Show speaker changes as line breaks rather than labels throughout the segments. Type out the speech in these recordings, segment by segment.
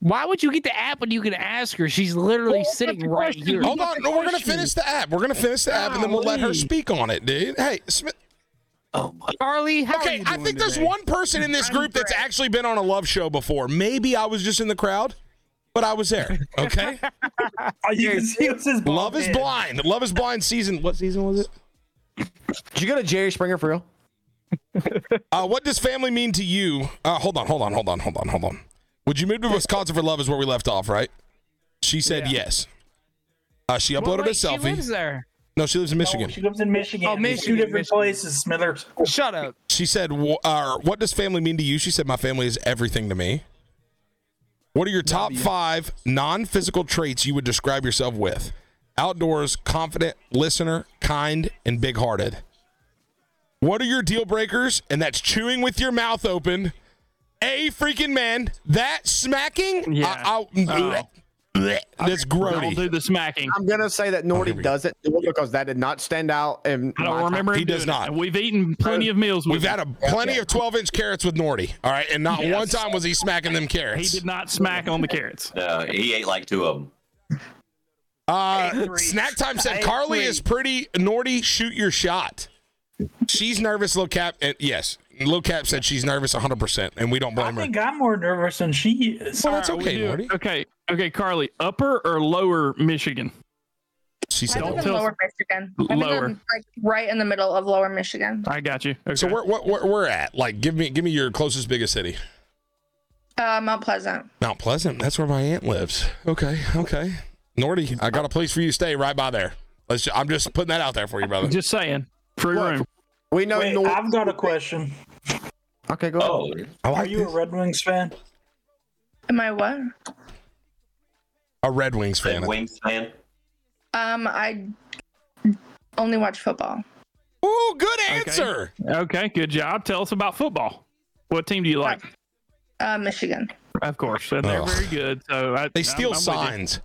Why would you get the app when you can ask her? She's
Well,
literally
that's
sitting
the
right
question.
here.
Oh,
Hold on, no, we're gonna finish the app. We're gonna finish the app, and then we'll let her
Golly.
speak on it, dude. Hey, Smith.
Oh my. Carly, how are
Okay,
you
I
doing
think there's
today?
one person in this
I'm
group that's
great.
actually been on a love show before. Maybe I was just in the crowd, but I was there. Okay,
Oh, you can see what's his
Love is
blind.
Blind. Love is Blind season. What season was it?
Did you go to Jerry Springer for real?
Uh, what does family mean to you? Uh, hold on, hold on, hold on, hold on, hold on. Would you move to Wisconsin for love? Is where we left off, right? She said yes. Uh, she
Well,
uploaded
wait,
a selfie.
She lives there.
no, she lives in Michigan.
She lives in Michigan.
Oh,
They're
Michigan,
Two different
Michigan.
places, Smithers.
Shut up.
She said, "Wh- uh, "What does family mean to you?" She said, "My family is everything to me." What are your top five non-physical traits you would describe yourself with? Outdoors, confident, listener, kind, and big-hearted. What are your deal breakers? And that's chewing with your mouth open. A freaking man. That smacking.
Yeah. Uh,
I, I, bleh,
Oh.
bleh. that's
I'll
grody.
do the smacking.
I'm gonna say that
here
Norty
we go.
doesn't do it because that did not stand out. And
I don't remember.
He
him
does
doing it.
not.
We've eaten plenty of meals. With
We've had a plenty of 12-inch carrots with Norty. All right, and not
Yes.
one time was he smacking them
He
carrots.
did not smack on the carrots.
No, he ate like two of them.
Uh,
Agree.
snack time
I
said Carly
agree.
is pretty. Norty, shoot your shot. She's nervous. Low cap. And yes, low cap said she's nervous 100, percent and we don't
I
blame her.
think I'm more nervous than she is.
Well, that's
All right, we
okay,
do-
Norty.
Okay, okay, Carly. Upper or lower Michigan?
She
I
said.
Don't
live in
tell-
Lower Michigan. I think
Lower.
I'm like right in the middle of Lower Michigan.
I got you. Okay.
So where, where, where we're at? Like, give me give me your closest biggest city.
Uh, Mount Pleasant.
Mount Pleasant. That's where my aunt lives. Okay, okay. Norty, I got a place for you to stay right by there. Let's. Ju- I'm just putting that out there for you, brother.
Just saying. Free
Look,
room.
we know.
Wait,
Norty-
I've got a question.
okay, go. ahead.
Oh,
I
Are
like
you a
this.
Red Wings fan?
Am I what?
a Red Wings fan.
Red Wings fan.
Um, I only watch football.
Ooh, good
Okay.
answer.
Okay, good job. Tell us about football. What team do you like?
Uh, Michigan.
Of course, and they're
Ugh.
very good. So I,
They
I'm-
steal
I'm with you.
signs.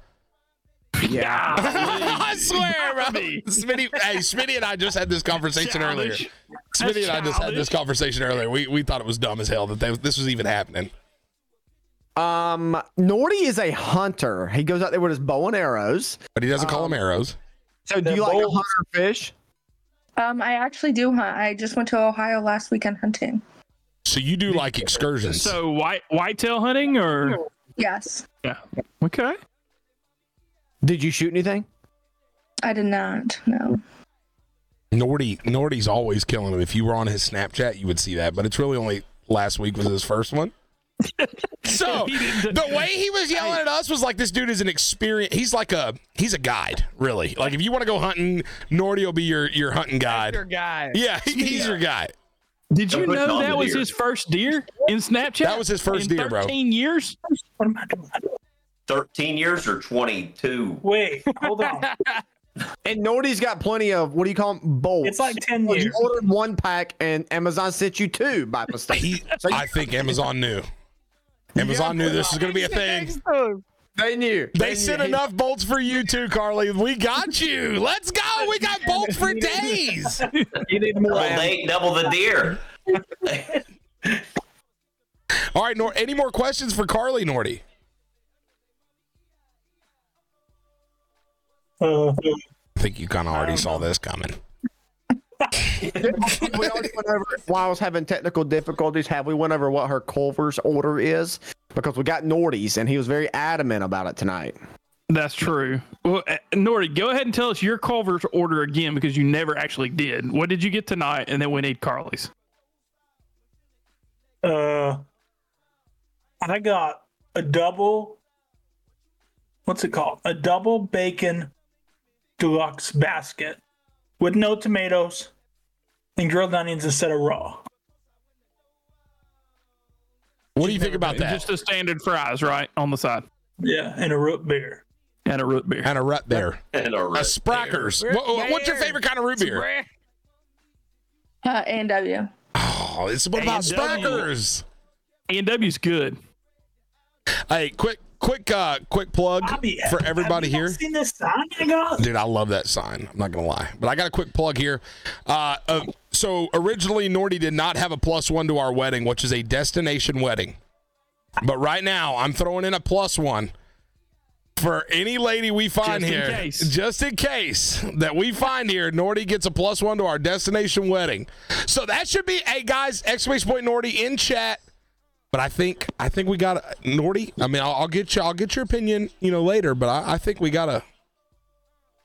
Yeah.
I swear, bro.
Golly.
Smitty, hey, Smitty and I just had this conversation earlier.
Childish.
Smitty and I just had
childish.
this conversation earlier. We, we thought it was dumb as hell that they, this was even happening.
Um, Norty is a hunter. He goes out there with his bow and arrows. Um,
But he doesn't call them arrows.
So, do
They're
you like to
bows.
hunt or fish?
Um, I actually do hunt. I just went to Ohio last weekend hunting.
So you do like excursions.
So white whitetail hunting or
Yes,
yeah. Okay.
Did you shoot anything?
I did not. No.
Norty Norty's always killing him. If you were on his Snapchat, you would see that. But it's really only last week was his first one. so the way he was yelling at us was like this dude is an experience. He's like a he's a guide, really. Like if you want to go hunting, Norty will be your your hunting guide.
Your guy.
Yeah, he's your guy.
uh, Did
Don't
you
put it
know
on
that
the
was
deer.
his first deer in Snapchat?
That was his first
in
deer, bro.
13 years.
What am I doing?
13 years or 22?
Wait, hold on.
And Norty's got plenty of what do you call them? Bolts.
It's like 10
Because you
years.
ordered one pack and Amazon sent you two by mistake.
He,
So you-
I think Amazon knew. Amazon knew this was going to be a thing.
they knew.
They
said
sent enough bolts for you too, Carly. We got you. Let's go. We got bolts for days.
You need more.
Well, they ate double the deer.
All right, Nor. Any more questions for Carly Norty?
Uh,
I think you kind of already saw this coming.
we already went over while I was having technical difficulties. Have we went over what her Culver's order is? Because we got Norty's and he was very adamant about it tonight.
That's true. Well, uh, Norty, go ahead and tell us your Culver's order again because you never actually did. What did you get tonight? And then we need Carly's.
uh, I got a double. What's it called? A double bacon deluxe basket with no tomatoes and grilled onions instead of raw.
What do you think about that?
Just the standard fries, right, on the side,
Yeah, and a root beer.
and a root beer.
And a root beer.
And
A
red deer.
Sprackers.
Root
What- what's your
beer.
favorite kind of root beer?
Uh, A and W.
Oh, it's what about
A&W.
Sprackers?
A&W's good.
Hey, quick, quick, uh, quick plug
Bobby, have
for
you
everybody
not
here.
Seen this sign I got?
Dude, I love that sign. I'm not gonna lie, but I got a quick plug here. Uh, uh, so originally, Norty did not have a plus one to our wedding, which is a destination wedding. But right now, I'm throwing in a plus one for any lady we find
Just in
here,
case.
just in case that we find here. Nordy gets a plus one to our destination wedding, so that should be. Hey guys, exclamation point Nordy in chat. But I think I think we got to Nordy. I mean, I'll, I'll get you. I'll get your opinion, you know, later. But I, I think we gotta.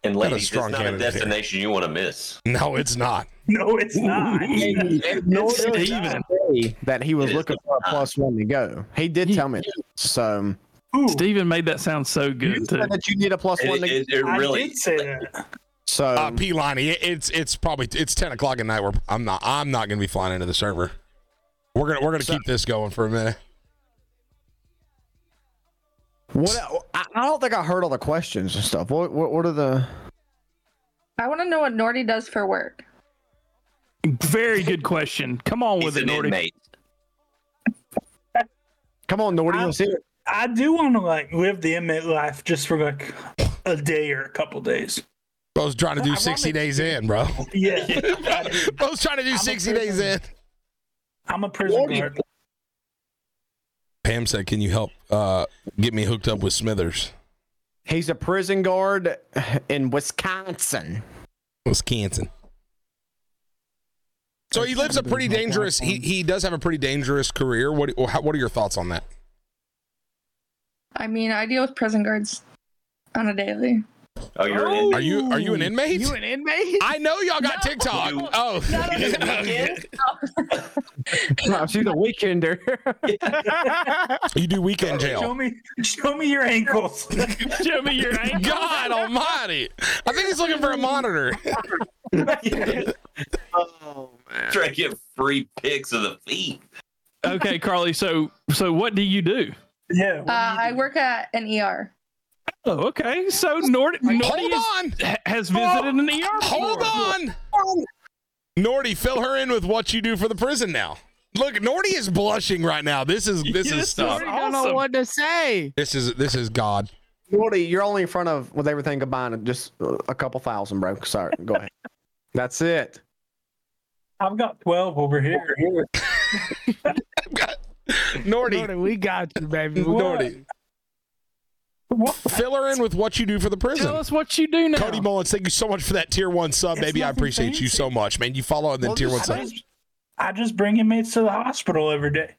And
Got a
ladies, it's
strong
not a
candidate here.
destination you want to miss.
No, it's not.
No, it's not.
No,
It's Steven.
that he was
It is
looking for a plus one to go. He did tell me. that. So
Ooh,
Steven made that sound so
you
good. Too.
said that you need a plus one
It,
to
it, it
I
really.
did say that.
So
Uh, P Lonnie, it, it's it's probably it's ten o'clock at night. We're I'm not I'm not gonna be flying into the server. We're gonna we're gonna keep this going for a minute.
what? I, I don't think I heard all the questions and stuff. What? What, what are the?
I want to know what Norty does for work.
Very good question. Come on
He's
with it,
an
Nordy.
inmate.
Come on, Nordy,
I-
let's hear it.
I do want to like live the inmate life just for like a day or a couple days.
Bro's trying to do 60 days in, bro.
Yeah,
Bro's trying to do 60 days in.
I'm a prison guard.
Pam said, Can you help uh, get me hooked up with Smithers?
He's a prison guard in Wisconsin.
Wisconsin. So he lives a pretty dangerous. He, he does have a pretty dangerous career. What how, what are your thoughts on that?
I mean, I deal with prison guards on a daily.
Oh, you're an inmate.
Are you are you an inmate?
You an inmate?
I know y'all got TikTok.
You-
oh,
No, she's a weekender.
you do weekend
Show
jail.
me, show me your ankles.
Show me your ankle.
God Almighty! I think he's looking for a monitor.
Try to get free pics of the feet.
Okay, Carly. So, so what do you do?
yeah.
Uh, I work at an ER.
Oh, okay. So Nordy, Nordy
Hold
is,
on.
ha- has visited an ER.
Hold
before.
on. Norty, fill her in with what you do for the prison now. Look, Norty is blushing right now. This is this is
Yes,
stuff.
I don't know
Awesome.
what to say.
This is this is God.
Nordy, you're only in front of with everything combined, just uh, a couple thousand, bro. Sorry, go ahead. That's it.
I've got twelve over here.
Norty,
Nordy, we got you, baby.
Norty,
What?
fill her in with what you do for the
Tell
prison.
us what you do now.
Cody Mullins, thank you so much for that tier one sub,
It's
baby. I
nothing
appreciate you so much, man. You follow and then
Well,
tier one
just-
sub.
I just, I just bring inmates to the hospital every day.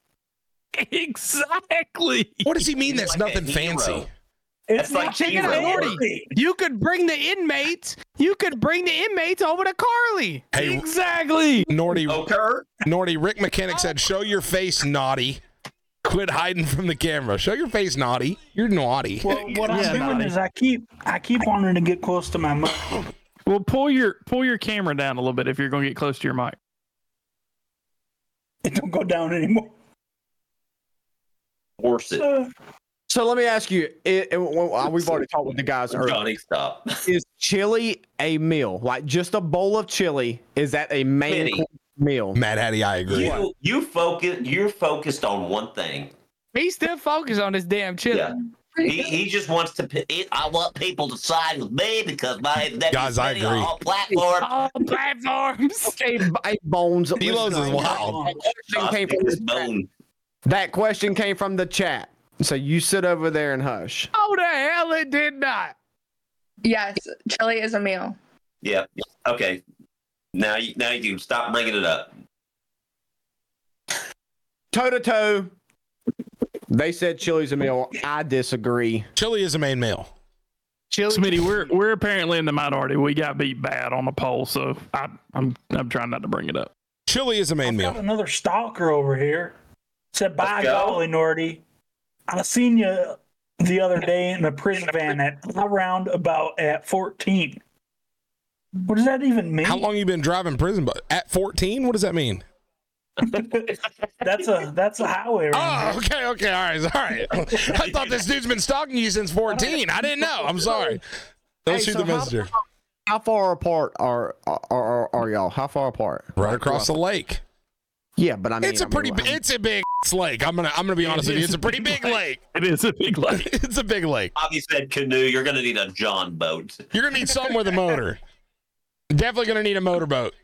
exactly.
What does he mean?
He's
That's
like a
nothing
hero.
fancy.
That's like
Chicken
hero.
and Nordy. You could bring the inmates. You could bring the inmates over to Carly.
Hey,
Exactly.
Norty,
Oker.
Norty, Rick Mechanic said, "Show your face, naughty. Quit hiding from the camera. Show your face, naughty. You're naughty."
Well, what
Yeah,
I'm doing
Naughty.
is I keep I keep wanting to get close to my mom.
Well, pull your pull your camera down a little bit if you're going to get close to your mic.
It don't go down anymore.
Horse it.
Uh,
So let me ask you: it, it- well, uh, We've already talked with the guys earlier.
Johnny, stop.
Is chili a meal? Like just a bowl of chili? Is that a main
Mini.
course meal?
Mad Hattie, I agree.
You you focus. You're focused on one thing.
He's still focused on this damn chili.
Yeah. He, he just wants to. p- He, I want people to side with me because my that's
Guys, I
many
agree.
on all platform.
All platforms.
A, a bones.
Elo's is
listener.
wild.
That question, came from the,
Bone.
that question came from the chat. So you sit over there and hush.
Oh, the hell it did not.
Yes, chili is a meal.
Yeah. Okay. Now you now you can stop bringing it up.
Toe to toe, they said chili's a meal. I disagree.
Chili is a main meal.
Chili.
Smitty, we're we're apparently in the minority. We got beat bad on the poll, so I, I'm I'm trying not to bring it up.
Chili is a main
I've got
meal.
another stalker over here. Said, "By
Let's go."
golly, Norty, I seen you the other day in a prison van at around about at 14." What does that even mean?
How long you been driving prison? But at 14, what does that mean?
That's a that's a highway. Around
Oh,
here.
okay, okay, all right, all right. I thought this dude's been stalking you since 14. I didn't know. I'm sorry. Don't
Hey,
shoot
so
the
how-
messenger.
How far apart are are, are are y'all? How far apart?
Right across the lake.
Yeah, but I mean,
It's
I
a
mean,
pretty.
how-
bi- It's a big lake. I'm gonna. I'm gonna be honest with you. It's a pretty big lake.
It is a big like.
It's a big lake.
Bobby said canoe. You're gonna need a John boat.
You're gonna need something with a motor. Definitely gonna need a motorboat.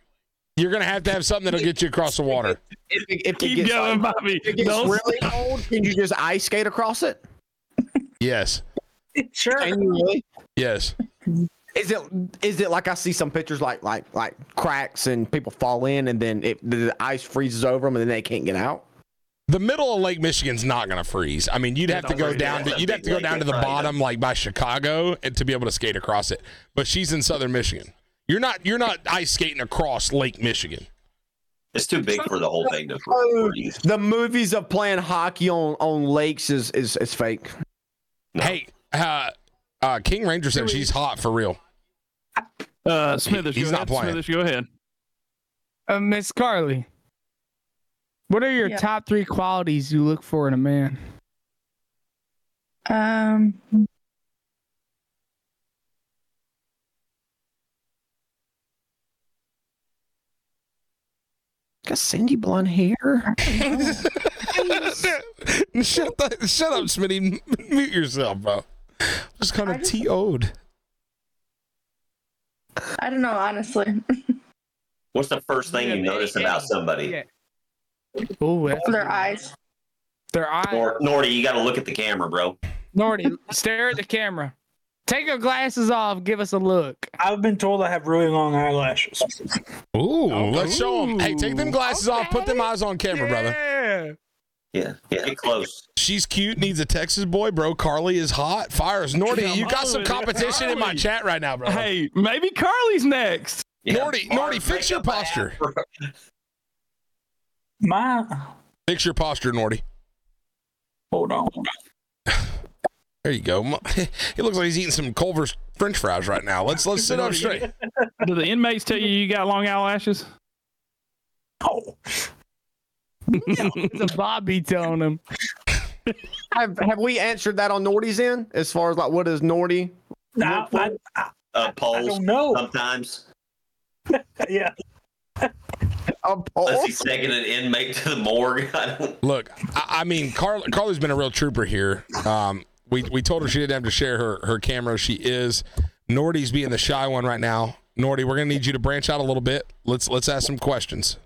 You're gonna have to have something that'll get you across the water.
If it, if it
Keep
gets,
going,
like,
Bobby.
if it gets
Don't
really cold, can you just ice skate across it?
Yes,
Sure.
Can you really?
yes.
Is it is it like I see some pictures like like like cracks and people fall in and then it, the the ice freezes over them and then they can't get out?
The middle of Lake Michigan's not gonna freeze. I mean, you'd
Yeah,
have to
don't
go
worry,
down.
yeah,
To,
it's a
you'd have
big
to go
lake,
down to
it
the
probably
bottom, like by Chicago, and to be able to skate across it. But she's in Southern Michigan. You're not. You're not ice skating across Lake Michigan.
It's too big for the whole thing to
Oh,
freeze.
the movies of playing hockey on on lakes is is, is fake.
No.
Hey, uh, uh, King Ranger said she's hot for real.
Uh, Smithers,
He's
go
not
ahead.
playing.
Smithers, go ahead.
Uh, Miss Carly, what are your
Yeah.
top three qualities you look for in a man?
Um.
Got Sandy blonde hair.
shut, the, shut up, Smitty. Mute yourself, bro. Just kind
I
of
just-
TO'd.
I don't know, honestly.
What's the first thing you notice about somebody?
Oh,
Their eyes.
Their eyes.
Nor- Norty, you got to look at the camera, bro.
Norty, stare at the camera. Take your glasses off. Give us a look.
I've been told I have really long eyelashes.
Ooh, let's show him. Hey, take them glasses off. Put them eyes on camera, brother.
brother.
Yeah, yeah. Get close.
She's cute. Needs a Texas boy, bro. Carly is hot. Fires Norty.
Come
You got
on
some
with it.
competition in my
Carly.
chat right now, bro.
Hey, maybe Carly's next.
Yeah,
Norty,
Barb,
Norty,
make
fix your
up a half
posture.
for-
My
fix your posture, Norty.
hold on.
There you go. Mo- He looks like he's eating some Culver's French fries right now. Let's let's sit up straight.
Do the inmates tell you you got long eyelashes?
Oh,
It's a Bobby telling him.
Have have we answered that on Nordy's end as far as like what is Nordy?
I, I, I,
Uh,
I
polls
don't know.
sometimes.
Yeah,
A
Unless
pulse?
he's taking an inmate to the morgue. I don't.
Look, I, I mean, Carl, Carly's been a real trooper here. Um, we we told her she didn't have to share her her camera. She is. Nordy's being the shy one right now. Nordy, we're gonna need you to branch out a little bit. Let's let's ask some questions.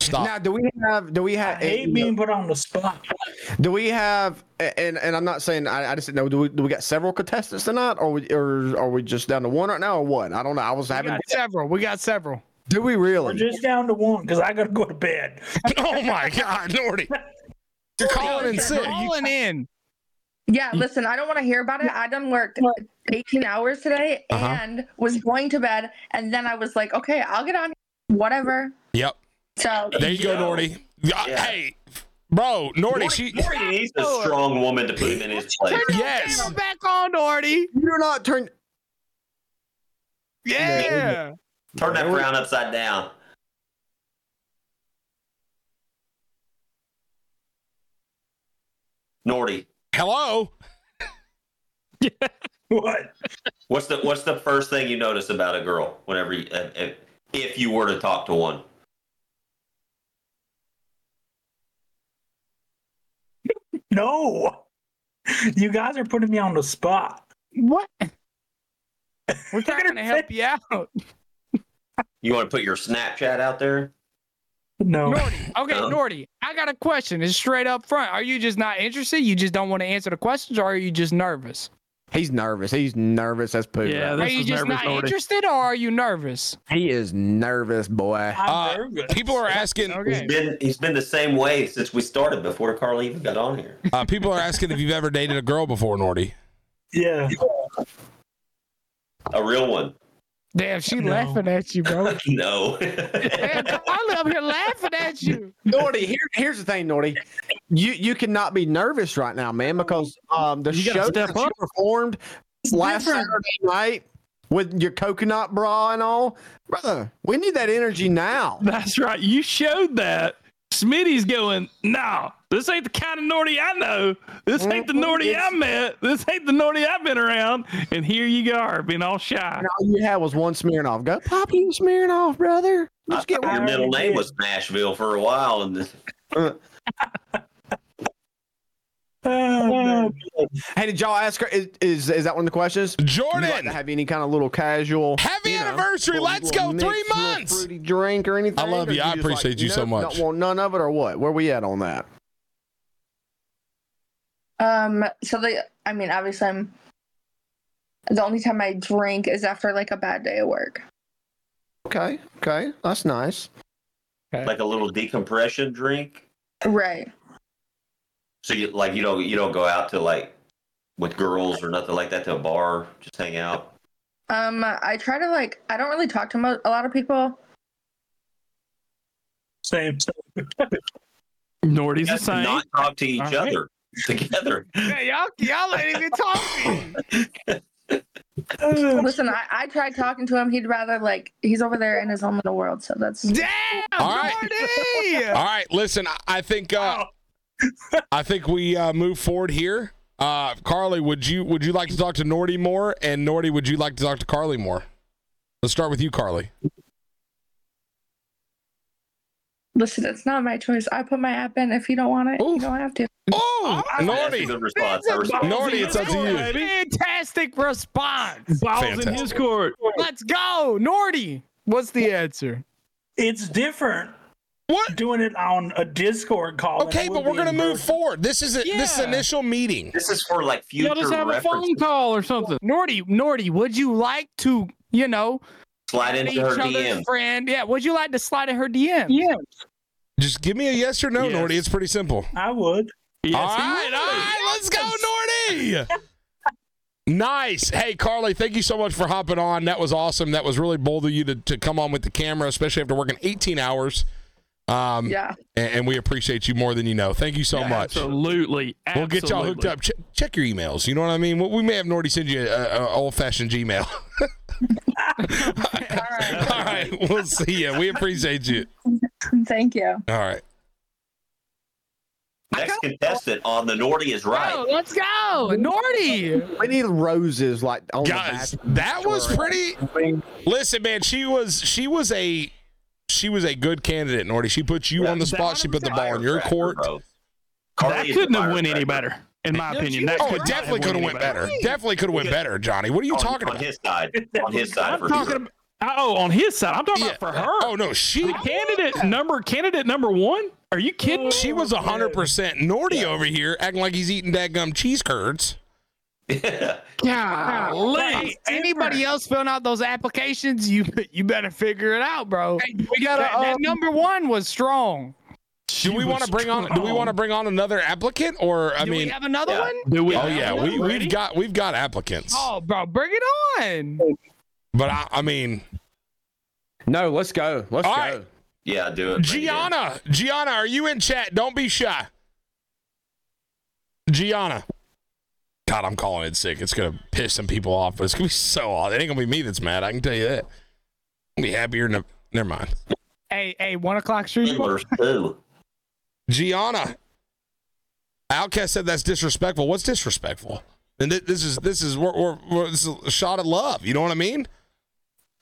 Stop.
Now, do we have do we
I
have
hate being put on the spot.
do we have and and I'm not saying I, I just didn't know do we do we got several contestants tonight or we, or are we just down to one right now or what? I don't know. I was
We
having
got several. We got several.
do we
We're
really?
just down to one because I gotta go to bed.
oh my God, Nordy, you're calling in sick.
Calling in.
Yeah, listen, I don't want to hear about it. I done worked 18 hours today
Uh-huh.
and was going to bed. And then I was like, okay, I'll get on whatever.
Yep.
So
There you go, Nordy. Uh,
Yeah.
Hey, bro, Nordy. She.
Norty needs a strong woman to put him in his place.
Yes.
Come back on, Norty.
You do not turn
Yeah.
Turn that frown upside down. Norty,
Hello.
What?
what's the what's the first thing you notice about a girl whenever you, if, if- if you were to talk to one?
No, you guys are putting me on the spot.
What? We're
gonna
trying to help you out.
You want to put your Snapchat out there?
No,
Norty. Okay,
Um,
Norty. I got a question. It's straight up front. Are you just not interested? You just don't want to answer the questions, or are you just nervous?
He's nervous. He's nervous as poo.
Yeah,
right
This
are you
is
just
nervous,
not
Norty.
interested, or are you nervous?
now. He is nervous, boy.
I'm
Uh,
nervous.
People are asking.
Okay.
He's been he's been the same way since we started before Carly even got on here.
Uh, people are asking if you've ever dated a girl before, Nordy.
Yeah,
A real one?
Damn, she
No.
laughing at you, bro.
No.
Damn, Carly up here laughing at you.
Norty, here, here's the thing, Norty. You you cannot be nervous right now, man, because um the
You gotta
show
step
that you
up.
performed last
different.
Saturday night with your coconut bra and all, brother. We need that energy now.
That's right. You showed that. Smitty's going, no, this ain't the kind of Norty I know. This ain't the Norty I met. This ain't the Norty I've been around. And here you are, being all shy.
And all you had was one smearing off. Go pop you smearing off, brother.
I
Let's get
thought
one.
your middle name was Nashville for a while, and
Oh, man.
Hey, did y'all ask her? Is is, is that one of the questions? Would you like
Jordan,
to have any kind of little casual
Happy
you know,
anniversary.
little-
Let's
little
go. Three
mix, little
months.
Fruity drink or anything?
love
Or
you. I
just
appreciate you so
nope,
much.
Don't want none of it or what? Where we at on that?
Um, so the I mean, obviously, I'm the only time I drink is after like a bad day at work.
Okay, okay, that's nice.
like a little decompression drink.
Right.
So you like you don't you don't go out to like with girls or nothing like that to a bar, just hang out.
Um, I try to like I don't really talk to mo- a lot of people.
Same.
Nordy's
You
the
guys
same.
not talk to each
All right.
other together.
Hey, y'all, y'all ain't even talking.
Listen, I, I tried talking to him. He'd rather like he's over there in his own little world. So that's
Damn,
All right.
Jordy!
All right, listen. I- I think uh, I think we uh, move forward here. Uh, Carly, would you would you like to talk to Nordy more? And Nordy, would you like to talk to Carly more? Let's start with you, Carly.
listen. It's not my choice. I put my app in. If you don't want it,
Ooh.
you don't have to.
Oh,
That's a
Nordy.
good response. I respect it.
Nordy, it's up to you.
baby.
Fantastic response.
Balls in his
Fantastic.
court.
Let's go, Nordy. What's the answer?
It's different
What?
doing it on a Discord call. than it
Okay,
would
but we're
be
gonna
in
move
person.
forward. This is a, this is
Yeah.
initial meeting.
This is for like future
Y'all just have a
reference.
phone call or something.
Nordy, Nordy, would you like to, you know,
Slide
be
into
each
her
other's
DM.
friend? Yeah, would you like to slide in her DM?
Yeah.
Just give me a yes or no,
Yes.
Nordy. It's pretty simple.
I would.
Yes,
all
he
right,
would.
all right, let's go, Nordy. nice. Hey, Carly, thank you so much for hopping on. That was awesome. That was really bold of you to, to come on with the camera, especially after working 18 hours. Um,
Yeah.
and, and we appreciate you more than you know. Thank you so much.
Absolutely.
We'll get y'all hooked up. Check, check your emails. You know what I mean? Well, we may have Nordy send you an old fashioned Gmail.
All right.
All right. We'll see you. We appreciate you.
Thank you.
All right.
Next contestant on the Nordy is
Oh,
right.
let's go, Nordy.
We need roses like on
Guys,
the back.
that was pretty.
Bing.
Listen, man, she was she was a she was a good candidate, Nordy. She put you on the spot. She put the ball in your
Firecracker,
court.
bro.
That
Carly is a
couldn't have went any
firecracker.
better, in my
No,
opinion.
she
That
Oh,
was could
it
not
definitely
have
could have
went
went
any
better. Definitely could have went better, Johnny. What are you
on,
talking
on
about?
his side. On his side
I'm
for
talking
sure.
about, oh, on his side. I'm talking
Yeah.
about for her.
Oh no, she
the candidate number candidate number one? Are you kidding?
she was hundred percent Nordy over here, acting like he's eating dadgum cheese curds.
Golly. Anybody else filling out those applications? You you better figure it out, bro.
We
That,
gotta.
that number one was strong.
Do we want to bring on? Do we want to bring on another applicant? Or I
Do we
mean,
have another
Yeah.
one?
Do we?
oh yeah, we
Ready?
we've got we've got applicants.
Oh, bro, bring it on.
But I, I mean,
No, let's go. Let's
All
go.
right.
yeah, do it. bring it in.
Gianna, Gianna, are you in chat? Don't be shy. Gianna. God, I'm calling it sick. It's gonna piss some people off, but it's gonna be so odd. It ain't gonna be me that's mad. I can tell you that. I'll be happier than. A, never mind.
Hey, hey, one o'clock street.
Fiddlers, too.
Gianna. Outcast said that's disrespectful. What's disrespectful? And thi- this is this is we're, we're, we're this is a shot at love. You know what I mean?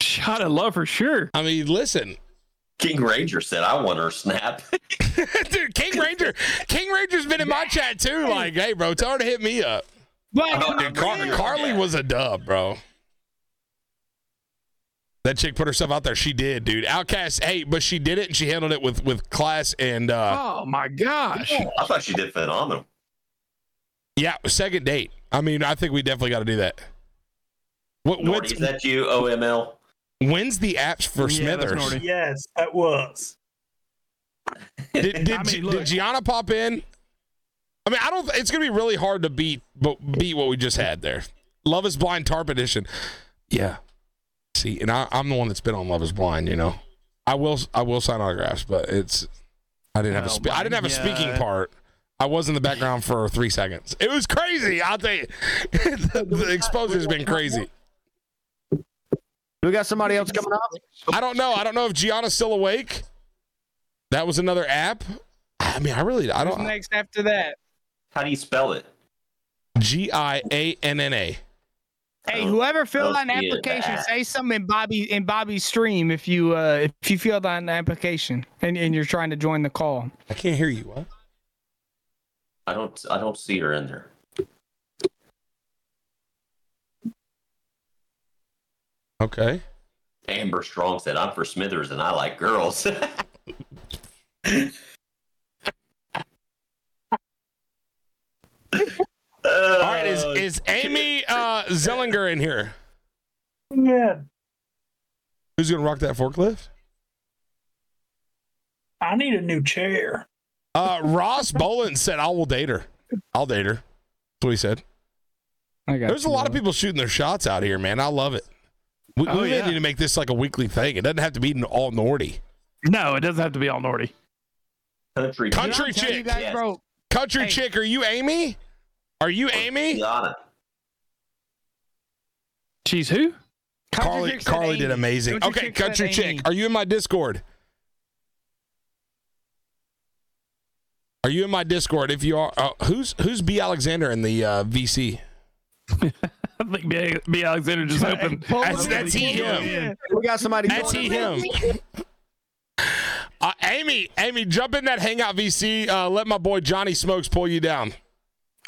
Shot of love for sure.
I mean, listen,
King Ranger said, "I want her snap."
dude. King Ranger, King Ranger's been in my chat too. Like, hey, bro, tell her to hit me up.
But
Oh, dude,
Car-
Yeah.
Carly was a dub, bro. That chick put herself out there. She did, dude. Outcast, hey, but she did it and she handled it with with class and uh
Oh my gosh.
I thought she did phenomenal.
yeah, second date. I mean, I think we definitely got to do that. What
Nordy,
what's,
is that you? OML.
when's the apps for
Yeah, that's
Smithers?
Nordy.
Yes, that was.
Did did,
I mean,
Gi-
look.
did Gianna pop in? I mean, I don't. It's gonna be really hard to beat, but beat what we just had there. Love is Blind Tarp Edition. Yeah. See, and I, I'm the one that's been on Love is Blind. You know, I will. I will sign autographs, but it's. I didn't have a.
Oh
Spe- I
my
didn't have a speaking
God.
part. I was in the background for three seconds. It was crazy. I'll tell you, the, the exposure's been crazy.
We got somebody else coming up.
I don't know. I don't know if Gianna's still awake. That was another app. I mean, I really. I
what's
don't.
next after that?
How do you spell it?
G I A N N A.
Hey,
Oh,
whoever filled
those
out an
kids,
application,
ah.
say something in Bobby in Bobby's stream if you uh if you filled out an application and, and you're trying to join the call.
I can't hear you. What?
I don't. I don't see her in there.
Okay.
Amber Strong said, "I'm for Smithers and I like girls."
All right. Is is Amy uh, Zellinger in here?
Yeah.
Who's gonna rock that forklift?
I need a new chair.
Uh, Ross Boland said, "I will date her. I'll date her." That's what he said.
I got
There's a
you,
lot of
bro.
people shooting their shots out here, man. I love it. We,
Oh,
we
yeah.
need to make this like a weekly thing. It doesn't have to be n- all Nordy.
No, it doesn't have to be all Nordy.
country?
Dude, I'm
Country
telling
chick.
You guys,
Yes.
bro,
Country
Hey.
chick, are you Amy? Are you Amy?
Tiana.
She's who?
country
Carly,
chick said
Carly
Amy.
did amazing.
Country
okay,
chick said
country
Amy.
chick, are you in my Discord? Are you in my Discord? If you are, uh, who's who's B Alexander in the uh, VC?
I think B. B. Alexander just opened.
Pull
That's-
up.
that's he, him.
Yeah.
We got somebody.
That's he, him. Uh, Amy, Amy, jump in that Hangout VC. Uh, let my boy Johnny Smokes pull you down.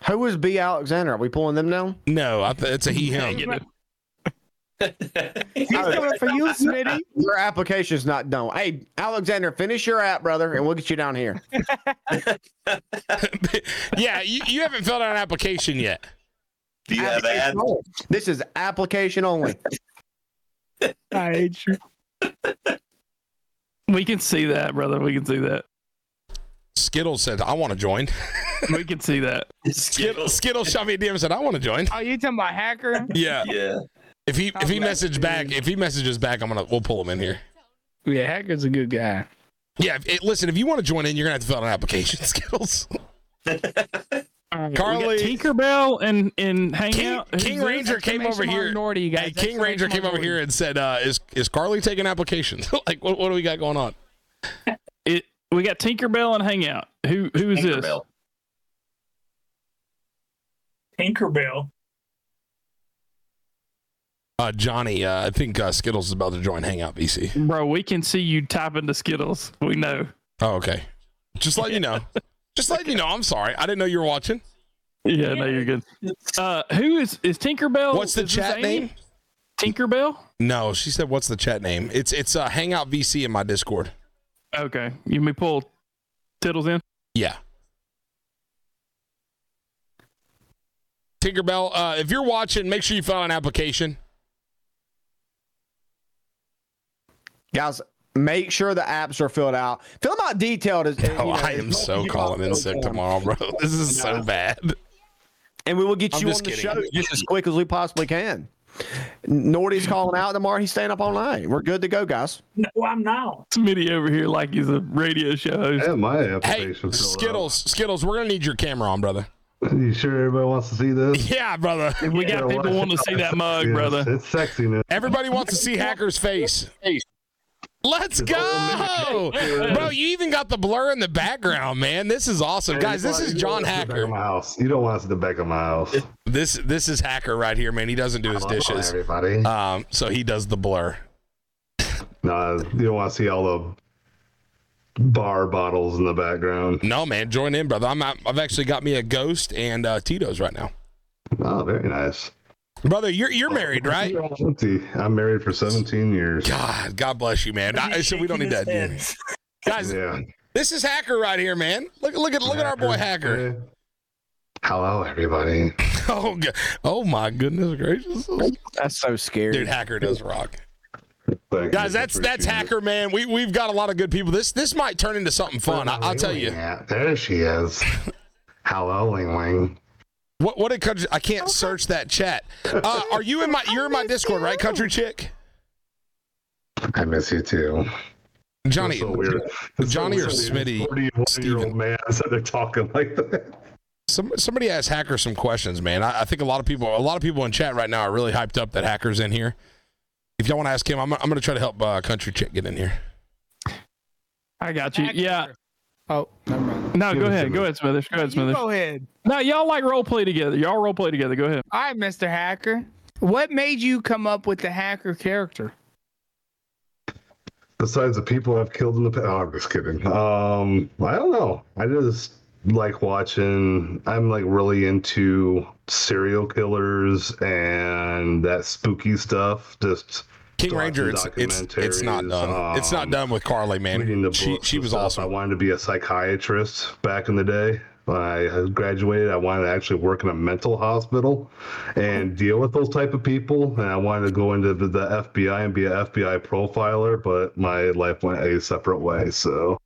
Who is B. Alexander? Are we pulling them now?
No, I th- it's a he him.
You know,
He's coming for you, Smitty.
Your application's not done. Hey, Alexander, finish your app, brother, and we'll get you down here.
yeah, you, you haven't filled out an application yet.
Do you have ads?
Application only. This is application only.
I hate you.
we can see that, brother. We can see that.
Skittles said, "I want to join."
We can see that.
Skittles, Skittles shot me a DM and said, "I want to join."
Oh, you talking about hacker?
Yeah,
Yeah.
if he if he
Oh, that's
messaged back, if he messages back, I'm gonna we'll pull him in here.
Yeah, hacker's a good guy.
Yeah, if, it, listen, if you want to join in, you're gonna have to fill out an application. Skittles,
Carly.
Carly,
Tinkerbell and
King,
and hangout. Who's
King
this?
Ranger came over
Exclamation mark
here.
Nordy, you guys.
Hey, King
Exclamation
Ranger
mark
came over
Nordy.
here and said, uh, "Is is Carly taking applications? like, what, what do we got going on?"
It, we got Tinkerbell and hangout. Who who is this?
Tinkerbell.
Tinkerbell.
Uh, Johnny, uh, I think uh, Skittles is about to join Hangout VC.
Bro, we can see you type into Skittles. We know.
Oh, okay. Just let you know. Just let you know. I'm sorry. I didn't know you were watching.
Yeah, no, you're good. Uh, who is is Tinkerbell?
What's the
is this
chat
Amy?
name?
Tinkerbell.
No, she said, "What's the chat name?" It's it's uh, Hangout VC in my Discord.
Okay, you may pull Tittles in.
Yeah. Tinkerbell, uh, if you're watching, make sure you fill out an application.
Guys, make sure the apps are filled out. Fill them out detailed. As, you
Oh,
know,
I
as
am
much as
so
you
calling in
possibly
sick
can.
tomorrow, bro. This is so bad.
And we will get
I'm
you on
just
the
kidding.
show just as quick as we possibly can. Nordy's calling out tomorrow. He's staying up all night. We're good to go, guys.
No, I'm not.
Smitty over here like he's a radio show host.
Yeah, my
Hey,
application. filled out.
Skittles, Skittles, we're gonna need your camera on, brother.
You sure everybody wants to see this?
Yeah, brother.
we got
Yeah,
people
why-
wanting to see that mug,
Yes,
brother.
It's sexy now.
Everybody wants to see Hacker's face. Let's go, bro! You even got the blur in the background, man. This is awesome, guys. This is
You don't want
John
to see the back
Hacker.
of my house. You don't want to see the back of my house.
This this is Hacker right here, man. He doesn't do his
Come on,
dishes.
Everybody.
Um, so he does the blur.
no, you don't want to see all the bar bottles in the background.
No, man, join in, brother. I'm out, I've actually got me a ghost and uh, Tito's right now,
Oh, very nice.
brother. You're you're married, right?
Let's see. I'm married for 17 years.
God, God bless you, man. I, so we don't need
Shaking
that,
his head.
guys.
Yeah.
This is Hacker right here, man. Look look at look at our boy Hacker.
Yeah. Hello, everybody.
Oh, God. oh my goodness gracious,
That's so scary.
dude, Hacker does rock.
Thank
guys
you.
that's that's
Appreciate it.
hacker man we we've got a lot of good people this this might turn into something fun I, i'll tell you
Yeah, there she is. Hello, Ling Ling.
what what a country i can't search that chat uh are you in my you're in my discord right country chick
I miss you too.
johnny
It's so weird. It's
Johnny or
weird.
Smitty,
41 year
Steven?
old man said they're talking like that.
some, somebody asked hacker some questions man I, I think a lot of people a lot of people in chat right now are really hyped up that hacker's in here if y'all want to ask him i'm, I'm gonna try to help uh, country chick get in here
I got you. Yeah.
Oh, never mind.
No,
Give
go
it to
ahead.
me.
Go ahead, Smithers. Go ahead,
You
Smithers.
go ahead.
No, y'all like role play together. Y'all role play together. Go ahead.
All right, Mr. Hacker. What made you come up with the hacker character?
Besides the people I've killed in the past. Oh, I'm just kidding. Um, I don't know. I just like watching. I'm like really into serial killers and that spooky stuff. Just
King Ranger, it's it's it's not done. it's not
um,
done with Carly,
reading the
man. She
books
she
and
was
stuff. I
awesome.
wanted to be a psychiatrist back in the day. When I graduated, I wanted to actually work in a mental hospital and deal with those type of people. And I wanted to go into the, the FBI and be an FBI profiler, but my life went a separate way. So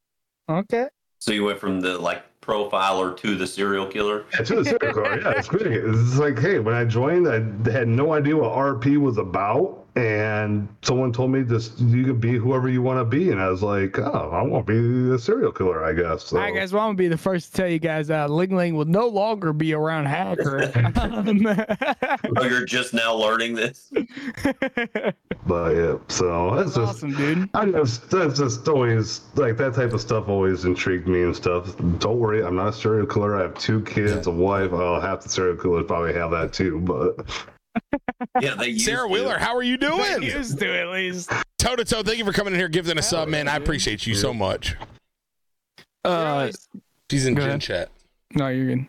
Okay.
So you went from the like profiler to the serial killer.
yeah, to the serial killer, yeah, it's great. It's like, hey, when I joined, I had no idea what RP was about, and someone told me this: you could be whoever you want to be, and I was like, oh, I want to be a serial killer, I guess. So.
All right, guys. Well, I'm gonna be the first to tell you guys uh, Ling Ling will no longer be around Hacker. Um,
Oh, you're just now learning this.
But yeah, so that's
That's
just
awesome, dude.
I just that's just always like that type of stuff always intrigued me and stuff. Don't worry, I'm not a serial killer. I have two kids, a wife. Oh, half the serial killers probably have that too. But
Yeah, they used
Sarah
to.
Wheeler, how are you doing?
Used to it, at least.
Toe to toe, thank you for coming in here, giving a sub, man. I appreciate you so much.
Uh,
She's in
Go
gin
ahead.
chat.
No, you're good.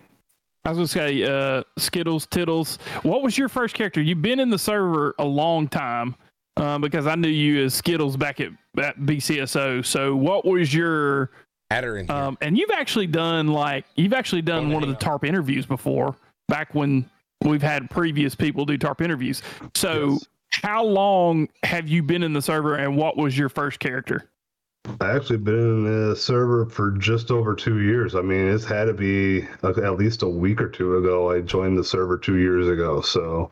I was gonna say, uh, Skittles, Tittles. What was your first character? You've been in the server a long time, um, because I knew you as Skittles back at, at BCSO. So, what was your
Add her in. here.
um? And you've actually done like you've actually done
Oh,
one of the
yeah.
TARP interviews before, back when we've had previous people do TARP interviews. So,
Yes.
how long have you been in the server, and what was your first character?
I actually been in the server for just over two years. I mean, it's had to be like, at least a week or two ago. I joined the server two years ago. So,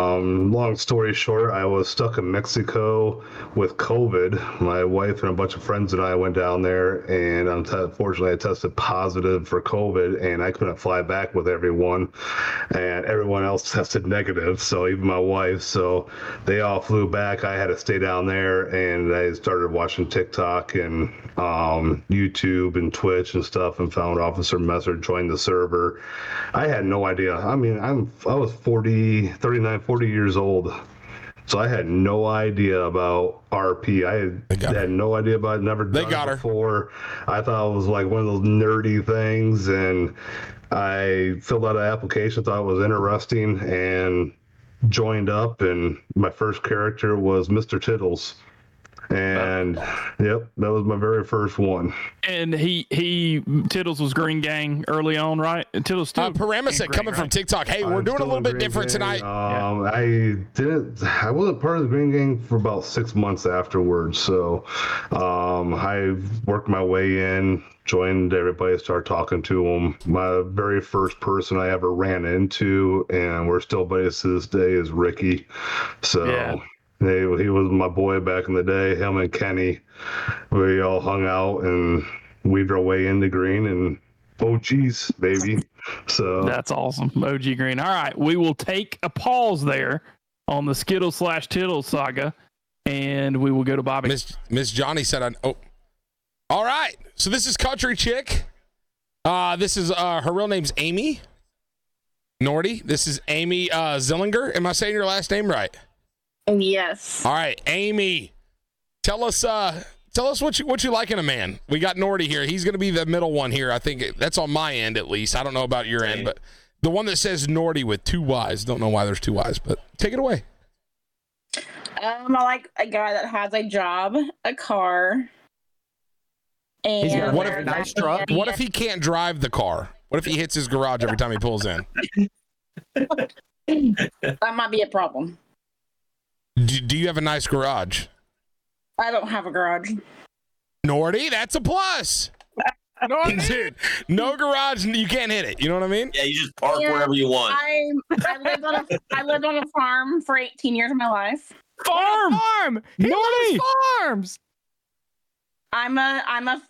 um, long story short, I was stuck in Mexico with COVID. My wife and a bunch of friends and I went down there, and unfortunately, I tested positive for COVID, and I couldn't fly back with everyone, and everyone else tested negative. So even my wife. So they all flew back. I had to stay down there, and I started watching TikTok and um, YouTube and Twitch and stuff, and found Officer Messer joined the server. I had no idea. I mean, I'm I was 40, 39, 40 years old. So I had no idea about RP. I had,
They got her.
had no idea about it, never
They
done
got
it
her.
before. I thought it was like one of those nerdy things and I filled out an application, thought it was interesting and joined up and my first character was Mr. Tittles. And yep, that was my very first one.
And he he Tittles was Green Gang early on, right? And Tittles still
Uh, Paramisek coming from TikTok. Hey, we're
I'm
doing a
still
little
in
bit
Green
different
Gang.
tonight.
Um, I didn't. I wasn't part of the Green Gang for about six months afterwards. So um, I worked my way in, joined everybody, started talking to them. My very first person I ever ran into, and we're still buddies to this day, is Ricky. So.
Yeah.
They, he was my boy back in the day. Him and Kenny, we all hung out and weaved our way into green and oh geez, baby. So
That's awesome. OG Green. All right. We will take a pause there on the Skittle slash Tittle saga and we will go to Bobby.
Miss Miss Johnny said, "I oh, all right. So this is Country Chick. Uh, this is uh, her real name's Amy Norty. This is Amy uh, Zillinger. Am I saying your last name right?
Yes.
All right, Amy. Tell us, uh, tell us what you what you like in a man. We got Norty here. He's gonna be the middle one here. I think that's on my end at least. I don't know about your end,
Okay.
but the one that says Norty with two Y's. Don't know why there's two Y's, but take it away.
Um, I like a guy that has a job, a car, and
He's got a
What
very
if-
nice truck.
What if he can't drive the car? What if he hits his garage every time he pulls in?
that might be a problem.
Do, do you have a nice garage?
I don't have a garage.
Norty, that's a plus. Dude, no garage, you can't hit it. You know what I mean?
Yeah, you just park
Yeah,
wherever you want.
I I lived on a I lived on a farm for 18 years of my life.
Farm!
Farm. He
Norty!
loves farms.
I'm a I'm a,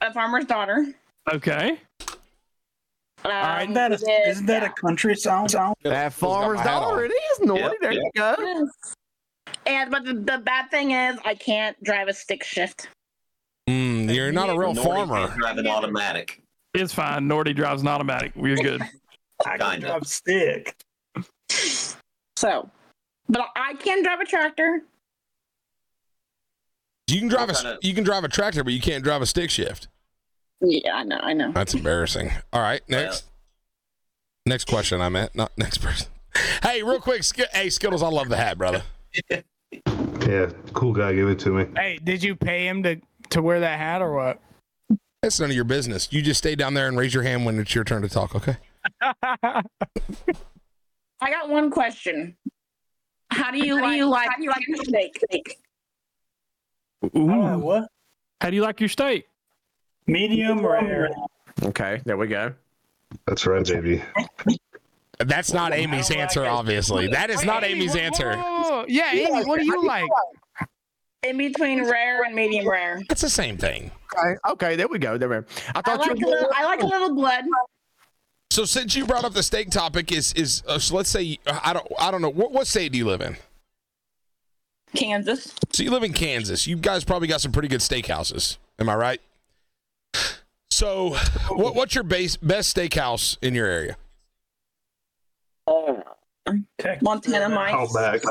a farmer's daughter. Um,
Okay.
All
All right, that is, isn't that a country sound? sound?
That farmer's
hat
dollar,
on.
it is naughty. there you go.
And but the, the bad thing is I can't drive a stick shift.
Mm, you're not a real
Nor do you
farmer.
Drive an automatic.
It's fine. Norty drives an automatic. We're good.
I can
Kinda.
drive stick.
So, but I can drive a tractor.
You can drive a
What kind of-
you can drive a tractor, but you can't drive a stick shift.
Yeah, I know, I know.
That's embarrassing. All right, next. Next question. I'm at not next person. Hey, real quick. Sk- hey, Skittles, I love the hat, brother.
Yeah, cool guy gave it to me.
Hey, did you pay him to to wear that hat or what?
That's none of your business. You just stay down there and raise your hand when it's your turn to talk, okay?
I got one question. How do you, like, how do you like your steak?
Uh,
Ooh,
what?
how do you like your steak?
Medium rare.
Okay, there we go.
That's right, baby.
That's not Amy's answer, obviously. That is not Amy's answer.
Oh, yeah, Amy, what do you like?
In between rare and medium rare.
It's the same thing.
Okay, okay, there we go. There we go. I
I
thought
like, a
you.
little, I like a little blood.
So since you brought up the steak topic, is is uh, so let's say I don't I don't know what what state do you live in?
Kansas.
So you live in Kansas. You guys probably got some pretty good steakhouses. Am I right? So what what's your base best steakhouse in your area?
Texas.
Montana mice.
Outback.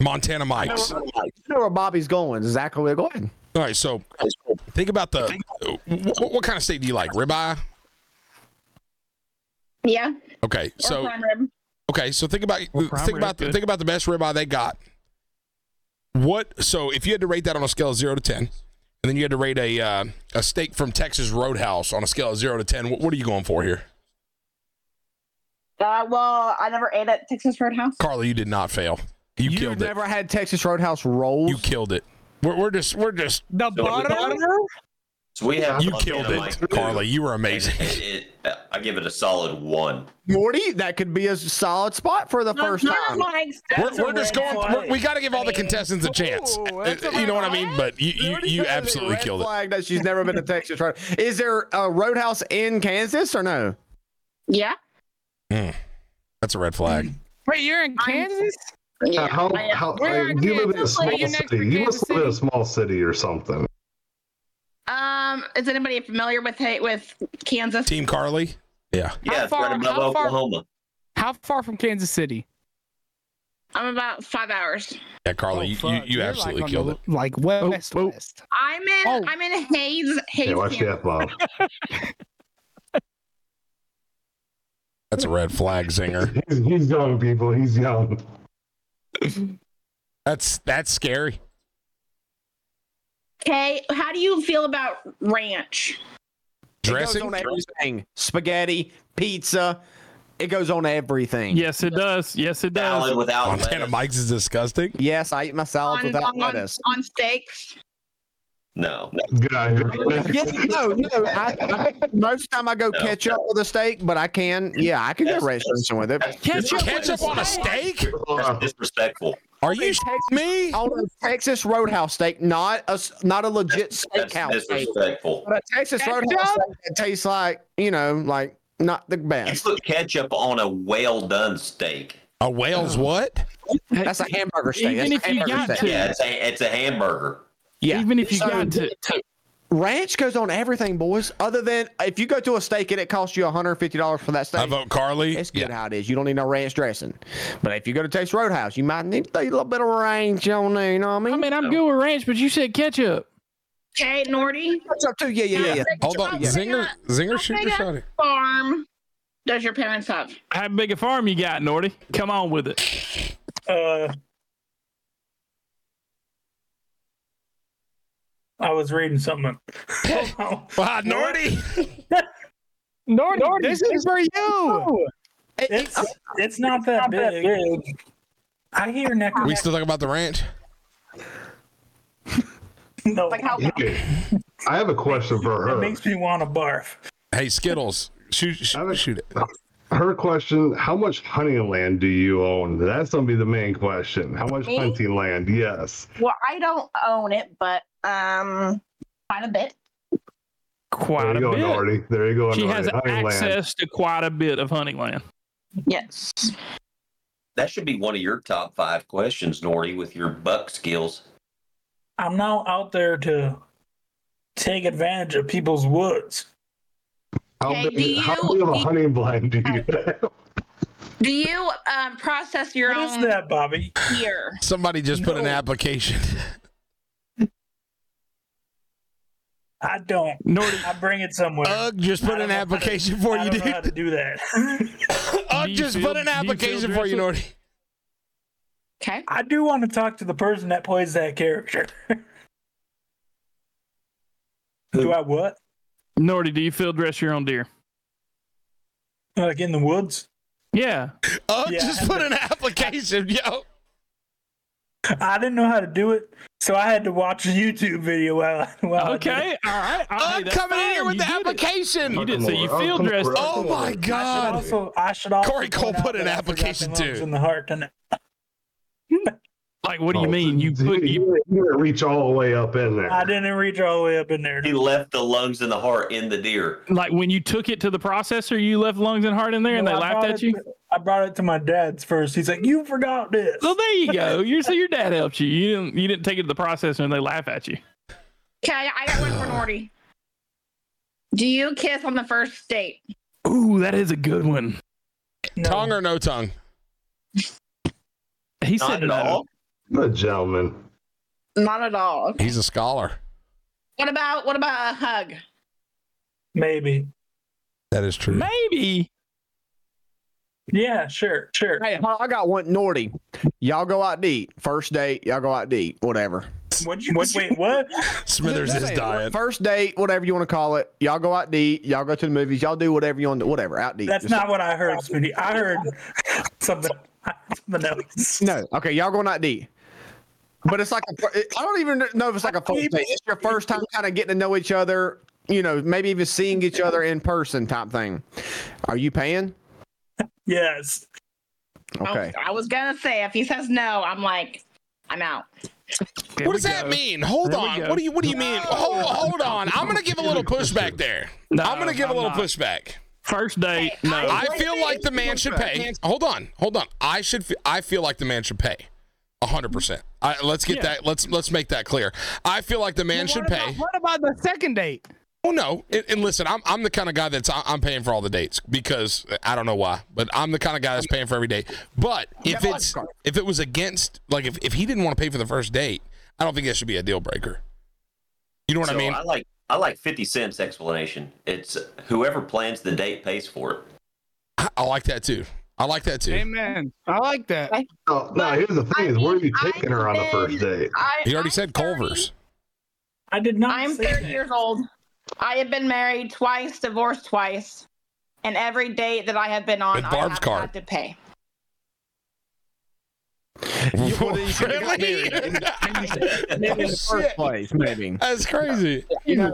Montana Mike's.
You know where Bobby's going? Exactly where they're going.
All right, so think about the what, what kind of steak do you like? Ribeye.
Yeah.
Okay,
Or
so
prime rib.
Okay, so think about
Well, prime
think about
rib,
the,
good.
think about the best ribeye they got. What? So if you had to rate that on a scale of zero to ten, and then you had to rate a uh, a steak from Texas Roadhouse on a scale of zero to ten, what, what are you going for here,
Uh, well, I never ate at Texas Roadhouse.
Carla? You did not fail. You,
You've
killed
never had Texas Roadhouse rolls.
it. You killed it. We're, we're just we're just
The butter?
So we have
you
Montana
killed it,
Mike's too.
Carla. You were
It,
amazing.
it, it, I give it a solid one.
Morty, that could be a solid spot for the first
Montana
time.
mice.
We're,
That's a
we're just
red
going. We're,
flag.
we got to give all the
I mean,
contestants a chance.
ooh, that's a
you know what I
red
mean? But you you, you absolutely
red
killed it.
flag that she's never been to Texas Roadhouse. Is there a Roadhouse in Kansas or no?
Yeah.
That's a red flag.
Wait, you're in Kansas?
Yeah.
Uh, how,
I am.
how,
Where
I-
are
you live in a
Kansas? Are
small
you next to
city. You must
Kansas
live in a
City?
small city or something.
Um, is anybody familiar with with Kansas?
Team Carly. Yeah.
Yeah, it's
far-
right above
how far-
Oklahoma.
How far from Kansas City?
I'm about five hours.
Yeah, Carla,
Oh,
you, you, you absolutely killed it.
Like west,
oh.
west.
I'm in
Oh.
I'm in Hayes Hayes.
Yeah, watch the
Kansas.
F bomb.
That's a red flag, Zinger.
He's, he's young, people. He's young.
That's that's scary.
Okay, how do you feel about ranch?
It goes
Dressing.
on everything. Spaghetti, pizza. It goes on everything.
Yes, it does. Yes, it does.
Salad without
Montana
lettuce.
Mike's is disgusting.
Yes, I eat my salads without lettuce.
on steaks?
No.
Good idea.
Yeah, no, no. I, I, most time I go
No.
ketchup with a steak, but I can, yeah, I can go
Yes.
restaurant with it.
That's
Ketchup
Ketchup on a steak?
That's disrespectful.
Are you shitting me?
On a Texas Roadhouse steak, not a s- not a legit
That's
steakhouse steak,
disrespectful.
but a Texas
Ketchup?
Roadhouse steak that tastes like you know, like not the
You
best.
put ketchup on a well done steak.
A whale's what?
That's a hamburger steak.
Even
That's a
if you
hamburger
got
steak.
to.
Yeah, it's a it's a hamburger.
yeah.
Even if you
So-
got to,
ranch goes on everything, boys. Other than if you go to a steak and it costs you one hundred fifty dollars for that steak,
I vote Carly.
It's good
Yeah.
how it is. You don't need no ranch dressing. But if you go to Texas Roadhouse, you might need to throw a little bit of ranch on there. You know what I
I
mean?
mean, I'm good with ranch, but you said ketchup.
Okay, Norty.
What's up, too? Yeah, yeah, yeah. yeah.
Hold on.
Yeah.
Zinger Zinger shoot your
Omega.
shot. at-
Farm. Does your parents have?
How big a farm you got, Norty? Come on with it.
Uh, I was reading something. Hold on.
Ah, Norty.
Norty, this is for you.
It's it's not that big. I hear neck.
We still talking about the ranch?
No,
Like how
Hey, I have a question for
it
her.
makes me want to barf.
Hey, Skittles. Shoot shoot, shoot it.
Her question: How much hunting land do you own? That's gonna be the main question. How much
Me?
hunting land? Yes.
well I don't own it, but um quite a bit.
There
Quite
you
a
go,
bit.
Norty. There you go,
She
Norty.
has
Hunting land.
access to quite a bit of hunting land.
Yes.
That should be one of your top five questions, Norty, with your buck skills.
I'm now out there to take advantage of people's woods.
How
Okay,
big,
do
how
you-
big of
do
a
you-
hunting blind do you have?
Do you um process your
What is
own
that, Bobby?
beer?
Somebody just put an
No.
application.
I don't.
Norty,
I bring it somewhere.
Ugh just
I
put
don't
an
know how to-
application for
I
you,
don't know how
dude.
to do that.
Ugh
Do you
just
feel-
put an
do you feel
application for you,
dressed
Norty.
Okay.
I do want to talk to the person that plays that character. do I what?
Norty, do you field dress your own deer?
Like in the woods?
Yeah.
Oh,
Yeah,
just
I
put an application, yo.
I didn't know how to do it, so I had to watch a YouTube video while I while I did it.
Okay. All right. All right,
I'm
that's
coming in
fine.
here with
You
the
did it.
application.
You did
Come
so.
over.
You
Oh,
field
come
dress.
over.
Oh my
I should
god.
also, I should also
Corey Cole
point out
put in
that I forgot
application,
the lungs
too.
In the heart, and
Like, what do you mean? You put you
Oh, you didn't reach all the way up in there.
I didn't reach all the way up in there.
He left the lungs and the heart in the deer.
like when you took it to the processor, you left lungs and heart in there, and
No,
they
I
laughed
brought
at
it
you.
to- I brought it to my dad's first. He's like, "You forgot this."
So there you go. You're so your dad helped you. You didn't you didn't take it to the processor, and they laugh at you.
Okay, I got one for Norty. Do you kiss on the first date?
Ooh, that is a good one.
No.
Tongue or no tongue?
He
Not
said
at
no.
all.
Good gentleman.
Not at all.
He's a scholar.
What about what about a hug?
Maybe.
That is true.
Maybe.
Yeah, sure, sure.
Hey, I got one Norty. Y'all go out to eat. First date, y'all go out to eat. Whatever.
What you wait? What?
Smithers is
Hey,
dying.
First date, whatever you want to call it. Y'all go out to eat. Y'all go to the movies. Y'all do whatever you want to Whatever. Out to eat.
That's
Just-
not what I heard, Smitty. I heard something. something else.
No. Okay, y'all going out to eat. But it's like a, I don't even know if it's like a first date. It's your first time kind of getting to know each other. You know, maybe even seeing each other in person type thing. Are you paying?
Yes.
I
Okay.
was- I was gonna say if he says no, I'm like, I'm out.
There
What
we
does that
go.
mean? Hold
There we
on.
go.
What do you What do you mean? Hold, hold on. I'm gonna give a little pushback there.
No,
I'm gonna give a
I'm
little
not.
pushback.
First date.
Hey,
No.
I feel like the man should pay. Hold on, hold on. I should. fe- I feel like the man should pay. hundred percent. I Let's get
Yeah.
that. Let's let's make that clear. I feel like the man should
what
pay.
About, what about the second date?
Oh no! And, and listen, I'm I'm the kind of guy that's I- I'm paying for all the dates because I don't know why, but I'm the kind of guy that's paying for every date. But if it's if it was against like if, if he didn't want to pay for the first date, I don't think that should be a deal breaker. You know what
so
I mean?
I like I like Fifty Cent's explanation. It's whoever plans the date pays for it.
I, I like that too. I like that too.
Amen. I like that.
No, no,
But,
here's the
I
thing: is where are
mean,
you taking her on a
I've
first date?
I,
He already
I'm
said
30.
Culver's.
I did not.
I'm
say
30
that.
years old. I have been married twice, divorced twice, and every date that I have been on,
With
I
Barb's
have
card.
had to pay.
Really?
Maybe in the first
Oh, Shit.
place, maybe.
That's crazy.
You know,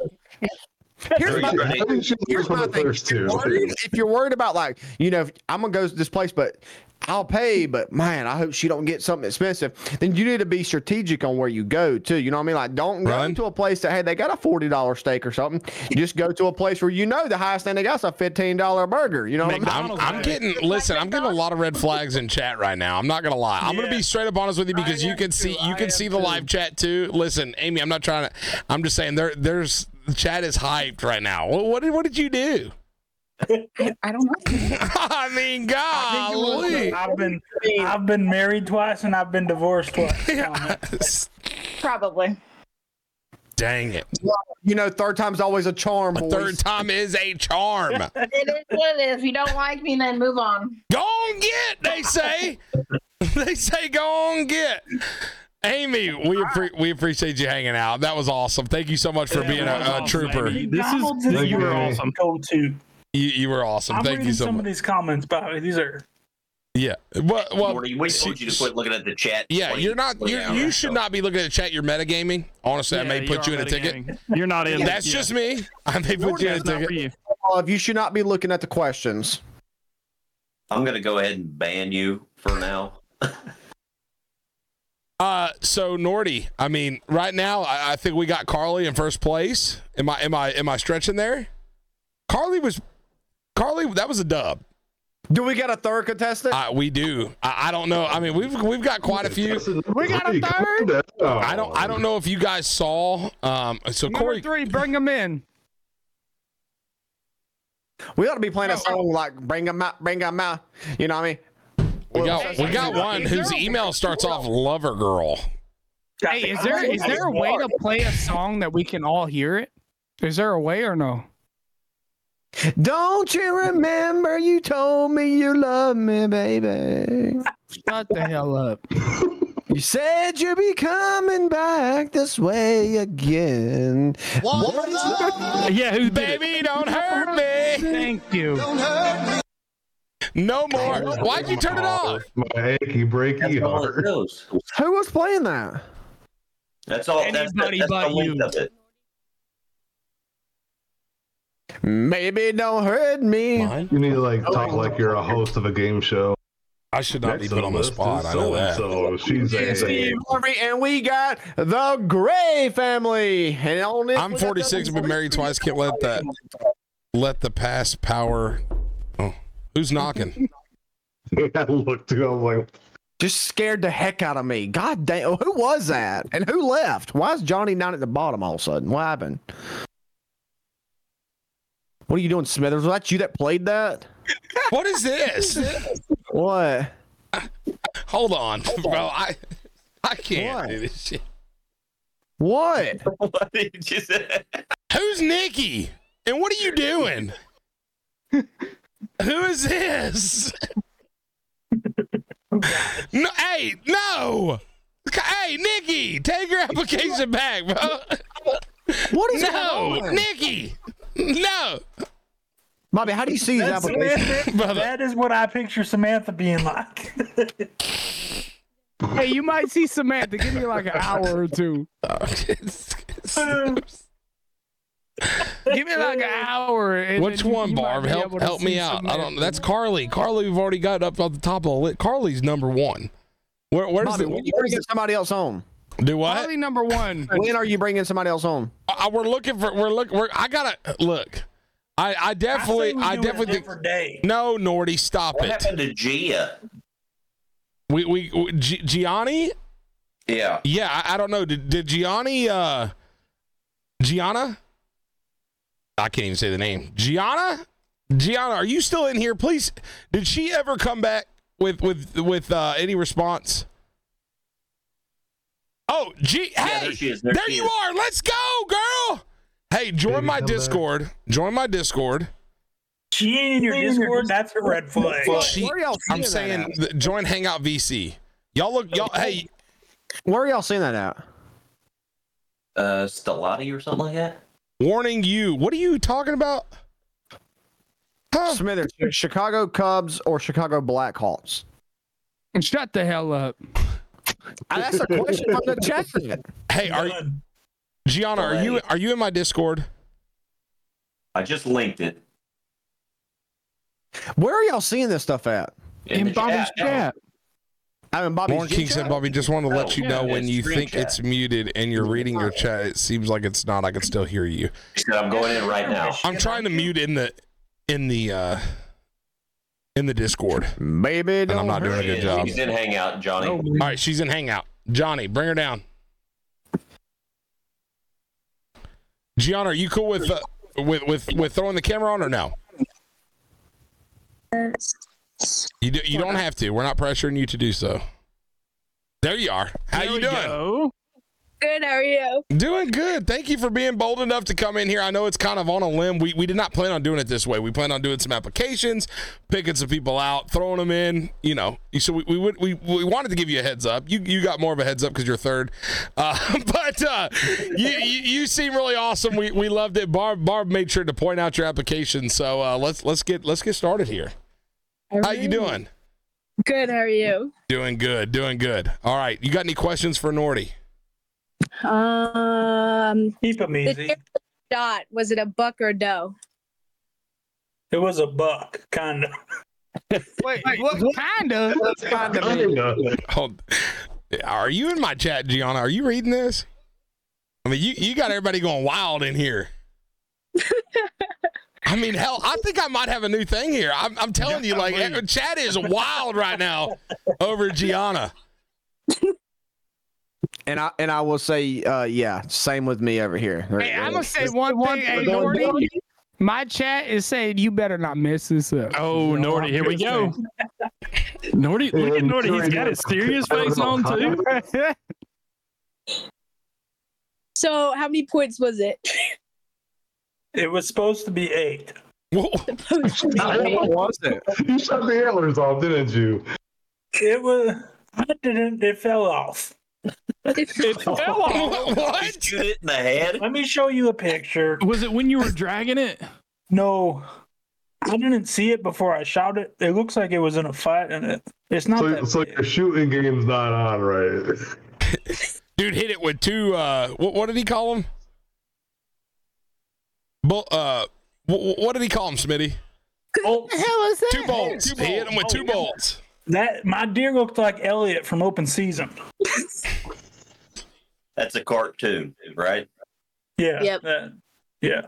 here's
Very
my,
good.
I think she goes
here's
for
my
the
thing.
first
If you're,
two.
worried, if you're worried about like, you know, if I'm gonna go to this place, but I'll pay, but man, I hope she don't get something expensive. Then you need to be strategic on where you go too. You know what I mean? Like, don't
Run.
go to a place that hey, they got a forty dollar steak or something. Just go to a place where you know the highest thing they got's a fifteen dollar burger. You know what I mean?
I'm, I'm getting listen. I'm getting a lot of red flags in chat right now. I'm not gonna lie. I'm gonna
Yeah.
be straight up honest with you
I
because you
am
can
too.
see you
I
can
am
see the
too.
live chat too. Listen, Amy, I'm not trying to. I'm just saying there there's the chat is hyped right now. What what did, what did you do?
I don't know.
I mean,
I think it was- uh,
golly.
I've been I've been married twice and I've been divorced twice.
Probably.
Dang it!
You know, third time's always a charm.
A
Boys.
third time is a charm.
It is what it is. If you don't like me, then move on.
Go on, get. They say. they say go on, get. Amy, we appre- we appreciate you hanging out. That was awesome. Thank you so much for
Yeah,
being
that was
a, a
awesome,
trooper.
Amy. This is
McDonald's is
you
were
are
my
awesome.
Go-to.
You, you were awesome.
I'm
Thank
reading
you so
some
much.
of these comments, by the way. These are
yeah. Well, well
Morty, we told
she-
you to quit looking at the chat.
Yeah,
Wait,
you're not.
wait,
You
yeah,
you
right.
should
So-
not be looking at the chat. You're metagaming. Honestly, I
Yeah,
may put
are
you in a ticket.
metagaming. You're not in.
That's
yeah.
just me. I may put you in a
That's not for
ticket.
you.
Olive, you should not be looking at the questions.
I'm gonna go ahead and ban you for now.
Uh, so Norty, I mean, right now I, I think we got Carly in first place. Am I am I am I stretching there? Carly was, Carly. That was a dub.
Do we got a third contestant?
Uh, we do. I, I don't know. I mean, we've we've got quite a few.
We got a
Hey, calm
third?
down.
I don't I don't know if you guys saw. Um, so
Number
Corey,
three, bring them in.
we ought to be playing a song like "Bring 'em out, bring 'em out." You know what I mean?
we got we got one whose email starts off "Lover Girl."
Hey, is there is there a way to play a song that we can all hear it? Is there a way or no?
Don't you remember you told me you love me, baby?
Shut the hell up.
You said you'd be coming back this way again.
One love,
Yeah, who did it?
Baby, don't hurt me.
Thank you.
don't hurt me.
No more. Why'd you turn it off?
My achy breaky
That's all it
heart.
knows.
Who was playing that?
That's all. That's,
Anybody
that's
but
the length
you.
of it.
Maybe don't hurt me.
Mine?
You need to like talk like you're a host of a game show.
I should not be put on the
list is
spot. I know that.
so-and-so. she's a
Harvey, and we got the Gray family. And on this,
I'm 46 and been married twice. Can't let that let the past power. Oh, who's knocking?
I looked at him I'm like,
Just scared the heck out of me. God damn, oh, who was that? And who left? Why is Johnny not at the bottom all of a sudden? What happened? What are you doing, Smithers? Was that you that played that?
What is this?
What?
Hold on, bro. I I can't do this shit.
What?
What did you say?
Who's Nikki? And what are you doing? Who is this? no, hey, no. Hey, Nikki, take your application back, bro.
What is
No,
going on?
Nikki. No,
Bobby, how do you see his
That's
application?
brother.
That is what I picture Samantha being like.
Hey, you might see Samantha. Give me like an hour or two. Give me like an hour. and
Which
then you-
Uh, one,
you might
Barb?
be
Help,
able to
help
see
me out. I
Samantha.
don't. That's Carly. Carly, we've already got up on the top of the list. Carly's number one. Where, where's
Bobby,
the?
when are you
where's
bringing somebody else home?
the- do what?
Probably number one.
When are you bringing somebody else home?
I, Uh, we're looking for. We're looking. We're, I gotta look. I, I definitely. I, definitely. think-
Every day.
no, Nordy, stop
What
it.
happened to Gia?
We, we, we G, Gianni.
Yeah.
Yeah, I, I don't know. Did, did Gianni? Uh, Gianna. I can't even say the name. Gianna. Gianna, are you still in here? Please. Did she ever come back with with with uh, any response? Oh, G.
Yeah,
hey,
there she is.
There,
There she
you
is.
are. Let's go, girl. Hey, join
Baby,
my
come back.
Discord. Join my Discord.
She ain't in your Discord. That's a red flag.
She-
Where y'all seeing
I'm
that
saying
at?
th- join Hangout VC. Y'all look, y'all. Hey,
Where are y'all seeing that at?
Uh, Stellati or something like that.
warning you. What are you talking about? Huh?
Smithers, Chicago Cubs or Chicago Blackhawks?
Shut the hell up.
Uh, That's a question from the chat.
Hey, are
Done.
Gianna? Are you are you in my Discord?
I just linked it
Where are y'all seeing this stuff at?
in, the
Bobby's chat.
I mean, Bobby
Warren King said, Bobby, just wanted to let
Oh,
you
yeah,
know when
it's
you
screen
think
chat.
it's muted and you're reading your chat, it seems like it's not. I can still hear you.
She said, "I'm going in right now."
I'm trying to mute in the in the uh in the Discord.
Maybe
And
don't
I'm not doing a
hurt
good
me.
job.
She's in Hangout, Johnny.
All right, she's in Hangout. Johnny, bring her down. Gianna, are you cool with uh, with with with throwing the camera on or no? You do, you don't have to. We're not pressuring you to do so. There you are. How
There
you
we
doing?
go.
Good, how are you?
Doing good. Thank you for being bold enough to come in here. I know it's kind of on a limb. We, we did not plan on doing it this way. We planned on doing some applications, picking some people out, throwing them in. You know, so we we would, we, we wanted to give you a heads up. You you got more of a heads up because you're third, uh, but uh, you, you you seem really awesome. We we loved it. Barb Barb made sure to point out your application. So uh, let's let's get let's get started here. How you doing?
Good, how are you?
Doing good. Doing good. All right. You got any questions for Nordy?
Um,
Keep them
the
easy.
chicken dot was it a buck or a doe?
It was a buck, kind of.
Wait, what kind of?
Hold. Are you in my chat, Gianna? Are you reading this? I mean, you, you got everybody going wild in here. I mean, hell, I think I might have a new thing here. I'm, I'm telling you, like, eh, chat is wild right now over Gianna.
And I and I will say, uh, yeah, same with me over here.
Hey, I'm gonna say one thing. Hey, Nordy, my chat is saying you better not mess this up.
Oh, Nordy, here we go. Nordy, look at
Um,
Nordy. He's got
sorry.
his serious face on too.
So how many points was it?
It was supposed to be eight.
Whoa.
Supposed to be.
what was it?
you shut the antlers off, didn't you?
It was. I didn't. It fell off.
It fell off.
What?
Shoot it in the head.
Let me show you a picture.
Was it when you were dragging it?
No, I didn't see it before I shot it. It looks like it was in a fight, and it, it's not
So
that.
it's like
big.
the shooting game's not on right.
Dude hit it with two. Uh, what, what did he call them? Bull, uh, what, what did he call them, Smitty?
Oh,
Two bolts. He hit him with two bolts.
that my deer looked like Elliot from Open Season.
That's a cartoon, right?
Yeah. Uh,
Yep.
that- yeah.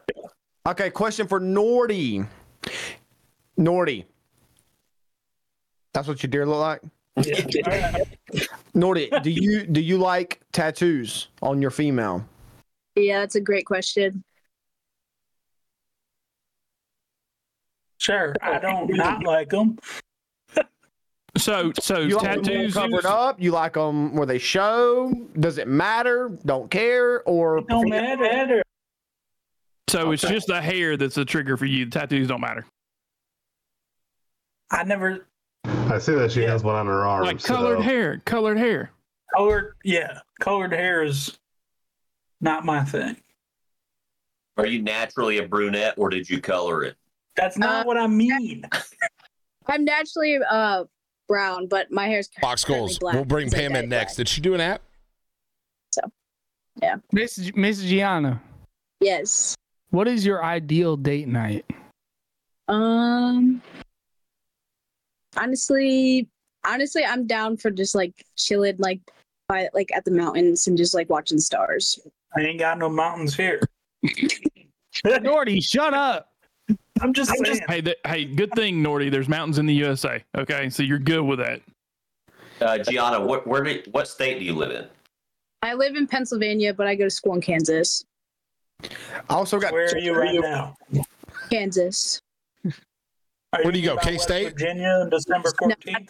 Okay, question for Nordy. Nordy. That's what your deer look like?
yeah.
Nordy, do you do you like tattoos on your female?
Yeah, that's a great question.
Sure. I don't not like them.
So, so
You like 'em
tattoos.
covered up? You like them where they show? Does it matter? Don't care? Or
No matter.
So it's just the hair that's a trigger for you. The tattoos don't matter.
I never
I see that she has one on her arm.
Like colored
so-
hair, colored hair.
colored. Yeah, colored hair is not my thing.
Are you naturally a brunette or did you color it?
That's
Uh,
not what I mean.
I'm naturally uh brown, but my hair's
Box
currently
goals.
black
We'll bring
because I
Pam
dyed
in
it
next.
black.
Did she do an app?
Miss G- Miss Gianna,
Yes.
what is your ideal date night?
Um. Honestly, honestly, I'm down for just like chilling, like by like at the mountains and just like watching stars.
I ain't got no mountains here.
Nordy, shut up.
I'm just saying.
Hey, th- hey, good thing Nordy. There's mountains in the USA. Okay, so you're good with that.
Uh, Gianna, what where do, what state do you live in?
I live in Pennsylvania, but I go to school in Kansas.
I also got
Where are you right now?
Kansas
Where do you go,
about West
K-State?
Virginia on December
No.
14th.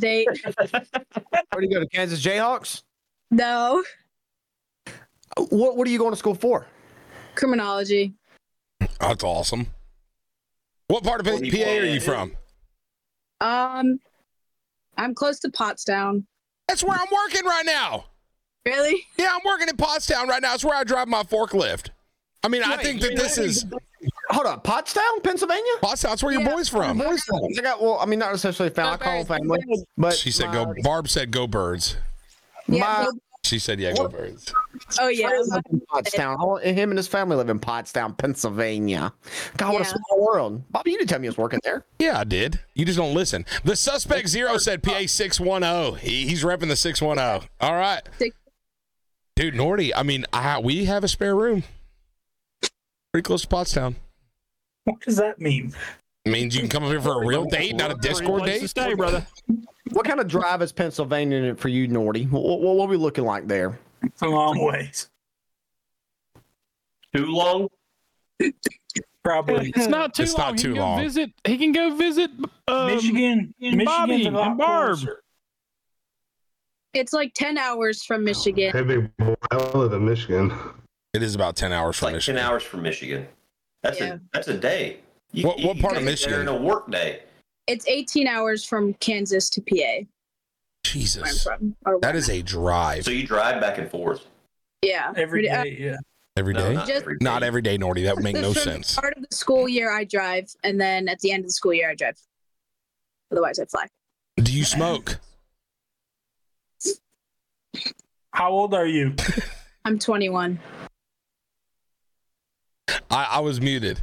date.
where do you go to Kansas Jayhawks?
No
What what are you going to school for?
criminology.
That's awesome. What part of PA
What do you
are
play?
you from?
Um, I'm close to Pottstown.
That's where I'm working right now.
Really?
Yeah, I'm working in Pottstown right now. It's where I drive my forklift. I mean, I think that this is
Hold on, Pottstown, Pennsylvania?
Pottstown's where your
Yeah.
boy's from.
Where's that? I got well, I mean not necessarily found I
Go
call
Birds.
family. But
She said,
my-
"Go." Barb said, "Go birds."
Yeah.
My-
She said, "Yeah, go birds."
Oh yeah.
friends live in Pottstown. All- and Him and his family live in Pottstown, Pennsylvania. God, what a
Yeah.
small world. Bobby, you didn't tell me you was working there.
Yeah, I did. You just don't listen. The suspect zero said PA six one zero. He's repping the six one zero. All right,
Six-
dude, Nordy. I mean, I, we have a spare room, pretty close to Pottstown.
What does that mean?
Means you can come up here for a real date, not a Discord
Place to
date.
stay, brother.
What kind of drive is Pennsylvania in it for you, Nordy? What, what, what are we looking like there?
It's a long ways.
Too long?
Probably.
It's not too
It's
long.
not
he
too
can go
long.
visit. He can go visit. Um,
Michigan. Michigan's
Bobby
a lot
and Barb.
closer.
It's like ten hours from Michigan.
Hey, big boy, I live in Michigan.
It is about ten hours
It's
from
like
Michigan.
ten hours from Michigan. That's
Yeah.
a that's a day. You-
What- what
you
part of
can get there
Michigan?
In a work day.
It's eighteen hours from Kansas to PA. Where I'm
Jesus,
from. Or
that is a drive
So you drive back and forth.
yeah.
Every
Pretty- uh,
day, yeah.
every
No,
day.
not,
Just-
every day.
Not every day, Nordy. That would make
so
no
from the
sense.
Start of the school year, I drive, and then at the end of the school year, I drive. Otherwise, I fly.
Do you smoke?
How old are you?
I'm 21.
I, I was muted.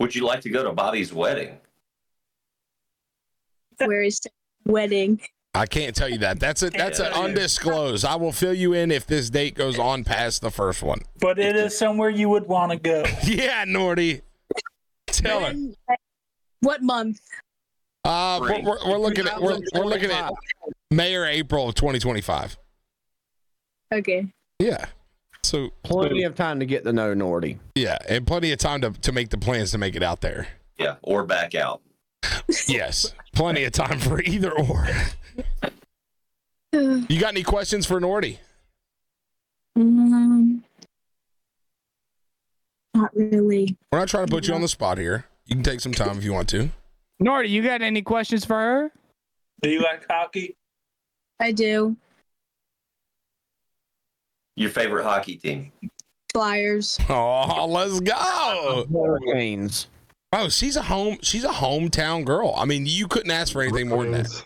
Would you like to go to Bobby's wedding?
Where is the wedding?
I can't tell you that. That's a that's an
Yeah.
undisclosed. I will fill you in if this date goes on past the first one.
But it is somewhere you would want to go.
Yeah, Nordy. Tell her.
When- What month?
Uh, we're, we're, we're looking at we're, we're looking at May or April of 2025.
Okay.
Yeah. So
Plenty of time to get to know Nordy.
yeah, and plenty of time to to make the plans to make it out there.
Yeah, or back out.
Yes, plenty of time for either or. You got any questions for Nordy?
Mm.
Um, not really.
We're not trying to put you on the spot here. You can take some time if you want to.
Nordy, you got any questions for her?
Do you like hockey?
I do.
Your favorite hockey team?
Flyers.
Oh, let's go.
Hurricanes.
Oh, she's a home. She's a hometown girl. I mean, you couldn't ask for anything more than that.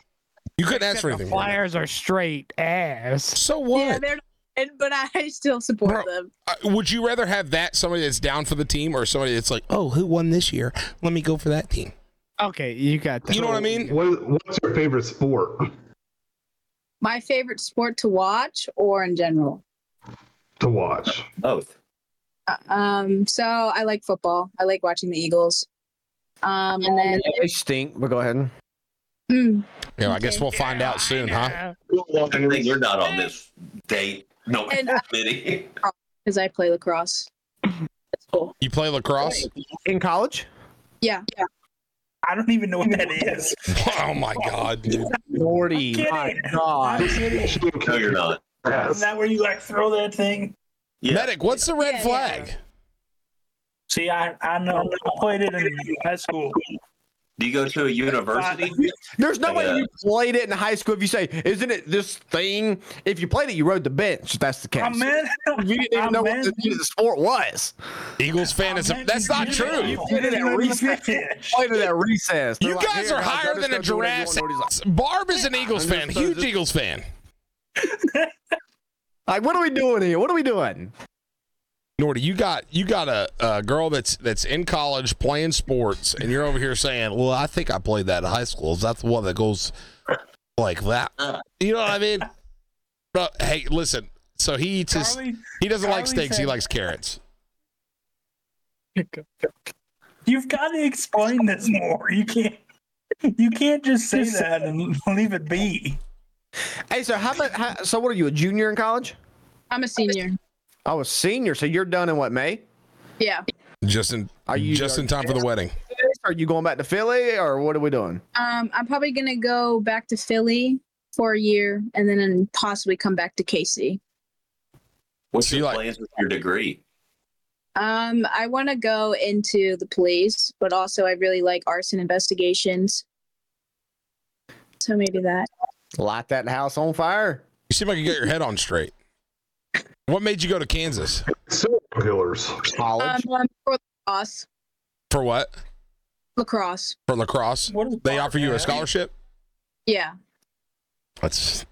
You couldn't ask for
The
anything. More than
Flyers are straight ass.
So what?
Yeah, they're not, but I still support them.
that. Uh, Would you rather have that somebody that's down for the team or somebody that's like, oh, who won this year? Let me go for that team.
Okay, you got that.
You know what I mean?
What, what's your favorite sport?
My favorite sport to watch or in general?
to watch.
Both.
Uh, Um, so I like football. I like watching the Eagles. Um, and then
They stink, but go ahead.
Mm,
Yeah, I guess we'll find out soon, huh?
Good thing you're not on this date. No
And I-
committee.
because I play lacrosse. That's cool.
You play lacrosse?
In college?
Yeah, yeah.
I don't even know what that is.
oh my god, dude.
Morty.
Kidding.
My God.
I'm kidding.
No, you're not.
Isn't that where you like throw that thing?
Yeah.
Medic, what's the red
Yeah, yeah.
flag?
See, I I know I played it in high school.
Do you go to a university?
There's no way
Yeah.
you played it in high school if you say, isn't it this thing? If you played it, you rode the bench. if That's the case.
I'm in.
You didn't even know what the, the sport was.
Eagles fantasy. That's not true.
Played it at recess. Played it at recess. They're
You
like,
guys
"Here,
are
guys,
higher
y'all
than a
just go do
giraffe.
whatever you want." Nobody's
Barb is an Eagles fan,
just-
huge Eagles fan.
Like, like, what are we doing here? What are we doing?
Nordy, you got you got a, a girl that's that's in college playing sports, and you're over here saying, "Well, I think I played that in high school. Is that the one that goes like that?"
Uh,
You know what I mean? Bro, hey, listen. So he eats his.
Charlie,
He doesn't like
Charlie
steaks. He
said-
likes carrots.
you've got to explain this more. You can't. You can't just say that and leave it be.
Hey, so how about, how, so what are you, a junior in college?
I'm a senior.
I was senior, so you're done in what, May?
Yeah.
Just in
Are you-
just in time for the wedding.
Are you going back to Philly or what are we doing?
Um, I'm probably gonna go back to Philly for a year and then and possibly come back to Casey.
What's
So you
your
like-
plans with your degree?
Um, I want to go into the police, but also I really like arson investigations. So maybe that.
Light that house on fire.
You seem like you got your head on straight. What made you go to Kansas
Serial killers.
Um,
College.
um, for lacrosse,
for what?
lacrosse.
For lacrosse?
What is
They offer you a
that?
scholarship.
Yeah.
That's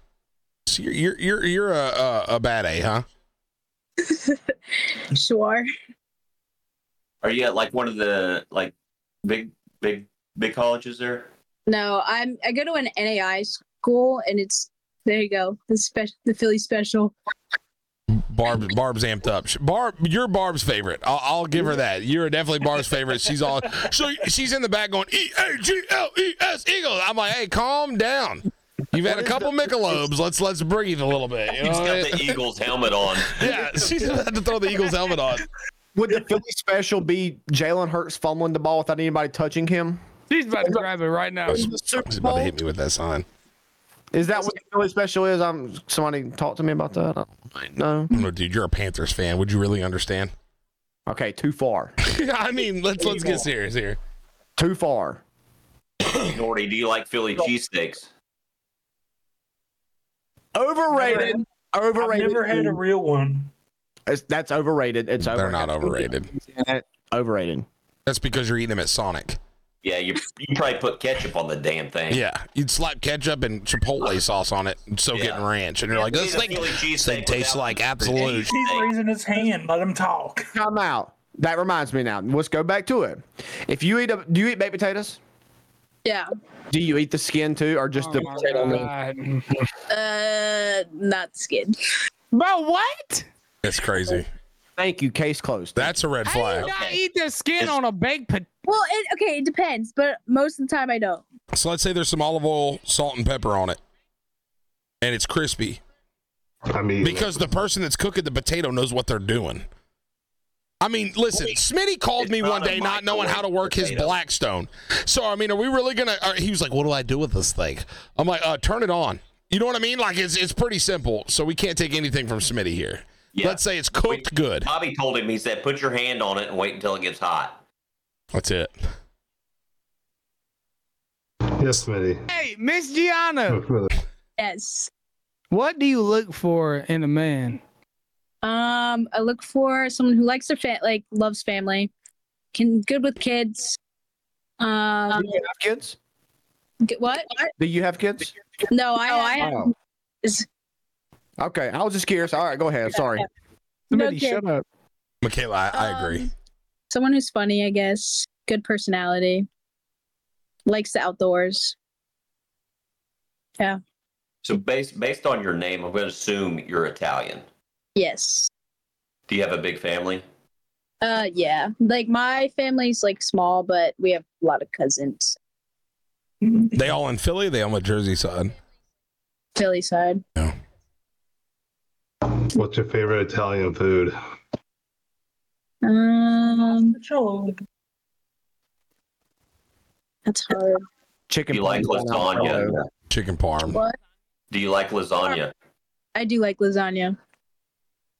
so you're you're you're, you're a, a a bad A, huh?
Sure.
Are you at like one of the like big big big colleges there?
No, I'm. I go to an NAI school, and it's there. You go. The special, the Philly special.
Barb Barb's amped up. She- Barb, you're Barb's favorite. I'll, I'll give her that. You're definitely Barb's favorite. She's all so she's in the back going E A G L E S Eagles. I'm like, hey, calm down. You've had a couple Michelobes. Let's let's breathe a little bit. You know
He's
what I
got
mean?
the E. Eagles helmet on.
Yeah, she's about to throw the Eagles helmet on.
Would the Philly special be Jalen Hurts fumbling the ball without anybody touching him?
She's about to grab it right now.
She's about to hit me with that sign.
Is that what the Philly special is? I'm somebody talk to me about that. I don't know.
No, dude, you're a Panthers fan. Would you really understand?
Okay, too far.
I mean, let's let's get serious here.
Too far.
Norty, do you like Philly cheesesteaks?
Overrated.
I've
Overrated.
never had a real one.
It's- that's overrated. It's over.
They're not overrated.
overrated.
That's because you're eating them at Sonic.
Yeah, you you probably put ketchup on the damn thing.
Yeah, you'd slap ketchup and chipotle sauce on it and soak it in
Yeah.
ranch, and you're like,
You
this
need a
thing,
Philly
this
cheesesteak
thing tastes
without-
like
He's
absolute.
raising his hand. Let him talk.
Time out. That reminds me now. Let's go back to it. If you eat a, do you eat baked potatoes?
Yeah.
Do you eat the skin too, or just the potato? meat?
God.
Uh, not skin.
Bro, what?
That's crazy.
Thank you. Case closed.
That's a red
I do
flag.
not
Okay.
eat the skin
Is-
on a baked potato.
Well, it okay. It depends, but most of the time I don't.
So let's say there's some olive oil, salt, and pepper on it, and it's crispy
I mean,
because the person that's cooking the potato knows what they're doing. I mean, listen, Smitty called
it's
me
not
one
a
day not knowing how to
microwave
work his
potato.
Blackstone. So, I mean, are we really going to? He was like, what do I do with this thing? I'm like, uh, turn it on. You know what I mean? Like, it's, it's pretty simple. So, we can't take anything from Smitty here.
Yeah.
Let's say it's cooked good.
Bobby told him, he said, put your hand on it and wait until it gets hot.
That's it.
Yes, Smitty.
Hey, Miss Gianna,
Yes.
what do you look for in a man?
Um, I look for someone who likes their fa- like loves family, can good with kids. Um,
Do you have kids?
g- what?
Do you have kids?
No, I I have
Oh. Okay, I was just curious. All right, go ahead. Sorry.
No Smitty, shut kids.
up.
Michaela, I, I
Um,
agree.
someone who's funny, I guess. Good personality. Likes the outdoors. Yeah.
So based based on your name, I'm going to assume you're Italian.
Yes.
Do you have a big family?
Uh, yeah. Like my family's like small, but we have a lot of cousins.
They all in Philly. They on the Jersey side.
Philly side.
What's your favorite Italian food?
Um, that's hard.
Chicken.
Do you like
parm.
lasagna?
Chicken parm.
What?
Do you like lasagna?
I do like lasagna.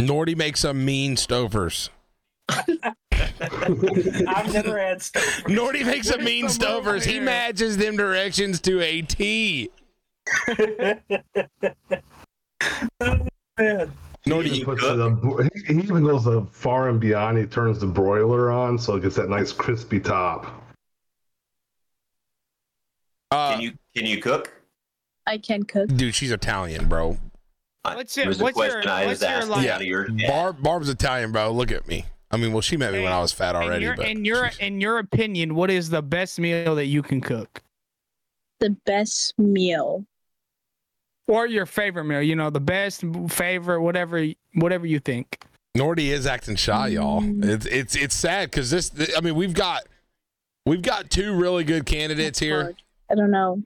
Nordy makes some mean stovers.
I've never had stuff.
Nordy makes some mean stovers. He matches them directions to a T.
Oh, Man.
He even, puts the, bro- he- he even goes the far and beyond. He turns the broiler on, so it gets that nice crispy top.
Uh,
Can you can you cook?
I can cook.
dude, she's Italian, bro.
What's your-
It was a
what's your-
question I was
what's your
asking
line?
out of your
Barb Barb's Italian, bro. Look at me. I mean, well, she met me when I was fat
in
already,
your,
but
in your in your opinion, what is the best meal that you can cook,
The best meal.
or your favorite meal? You know, the best favorite, whatever, whatever you think.
Nordy is acting shy, y'all. It's it's it's sad because this. I mean, we've got we've got two really good candidates here.
I don't know.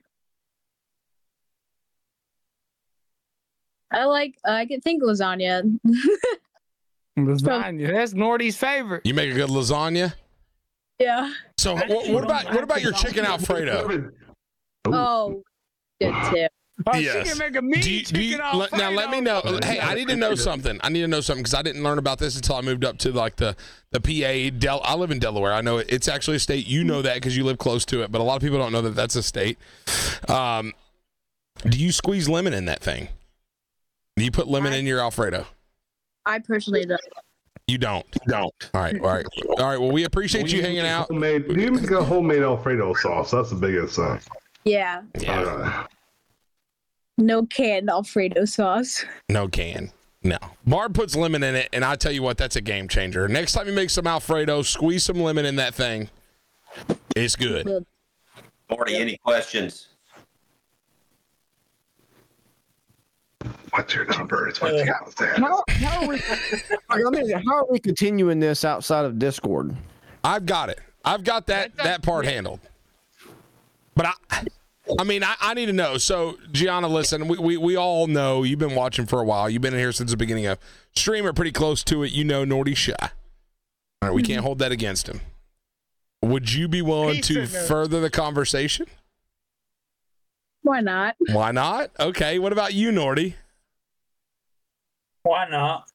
I like. uh, I can think lasagna.
Lasagna. That's Nordy's favorite.
You make a good lasagna.
yeah.
So wh- what, about what about your chicken Alfredo?
Oh, good tip.
Oh,
Yes.
She can make a mean
Do you- do
chicken
you- let- now let me know. Hey, I need to know something. I need to know something because I didn't learn about this until I moved up to like the the PA. Del- I live in Delaware. I know it, it's actually a state. You know that because you live close to it, but a lot of people don't know that that's a state. Um, do you squeeze lemon in that thing? Do you put lemon in your Alfredo?
I personally don't.
You don't. Don't. All right. All right. All right. Well, we appreciate you hanging out.
Homemade, do you make a homemade Alfredo sauce? That's the biggest thing.
Yeah.
Yeah.
No canned Alfredo sauce.
No can. No. Barb puts lemon in it, and I tell you what, that's a game changer. Next time you make some Alfredo, squeeze some lemon in that thing. It's good.
Marty, any questions?
What's your number? It's what
Uh,
you got there.
How, how, are we, I mean, how are we continuing this outside of Discord?
I've got it. I've got that that part handled. But I I mean, I, I need to know. So, Gianna, listen, we, we, we all know you've been watching for a while. You've been in here since the beginning of streamer, pretty close to it. You know Nordy Shy. All right, we can't hold that against him. Would you be willing
He's
to
sitting there.
further the conversation?
Why not?
Why not? Okay. What about you, Nordy?
Why not?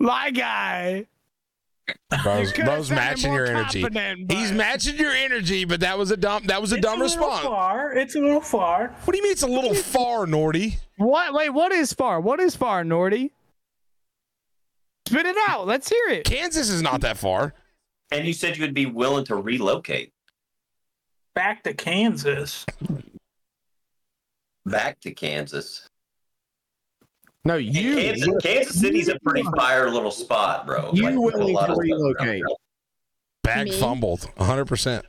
My guy.
Bro's,
could've
bro's
sounded
matching
more
your energy.
confident, but-
He's matching your energy, but that was a dumb. That was a
It's
dumb
a little
response.
Far. It's a little far.
What do you mean? It's a little far, Nordy.
What? Wait, what is far? What is far, Nordy? Spit it out. Let's hear it.
Kansas is not that far.
And you said you would be willing to relocate
Back to Kansas.
back to Kansas.
No, you.
Kansas, Kansas City's a pretty fire little spot, bro.
You
there's a
willing
lot
to
of stuff around
relocate.
there.
Bag
Me?
fumbled, 100. percent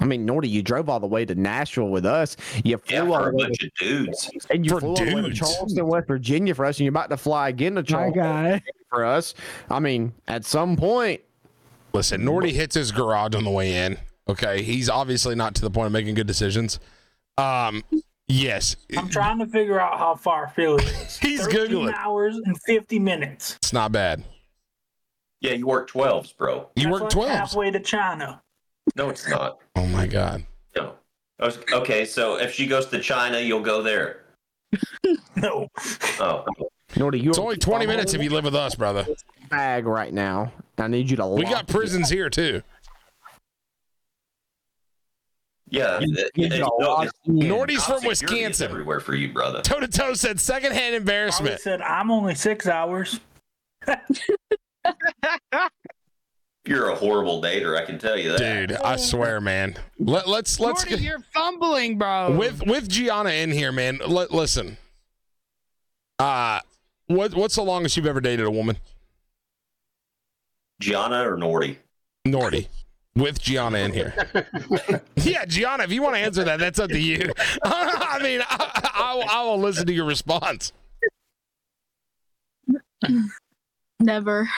I mean, Nordy, you drove all the way to Nashville with us. You flew
Yeah,
all
for
the
a
way to,
bunch of dudes.
and you
for
flew all the way to
dudes.
Charleston, West Virginia for us, and you're about to fly again to
My
Charleston
guy.
for us. I mean, at some point,
Listen, Nordy hits his garage on the way in. Okay, he's obviously not to the point of making good decisions. Um, yes,
I'm trying to figure out how far Philly is.
He's
13
Googling.
hours and 50 minutes.
it's not bad.
Yeah, you work 12s, bro.
You
That's
work
like
12.
Halfway to China.
No, it's not.
Oh my god.
No. I was- Okay, so if she goes to China, you'll go there.
No.
Oh,
Nordy, you're
It's only 20 minutes if you live with us, brother.
bag right now. I need you to.
We
lock
got prisons here too.
Yeah, it-
Gives
it's
you a
no-
lot
it's-
of skin. Nordy's
job
from
security is
Wisconsin.
Everywhere for you, brother.
Toe to toe said secondhand
Probably
embarrassment.
said I'm only six hours.
You're a horrible dater. I can tell you that,
Dude, I swear, man. Let, let's let's
Jordy, you're fumbling,
um,
bro.
with with Gianna in here, man. Li- listen. Uh what what's the longest you've ever dated a woman?
Gianna or Nordy.
Norty. With Gianna in here. yeah, Gianna, if you want to answer that, that's up to you. I mean, I, I, will- I will listen to your response.
Never.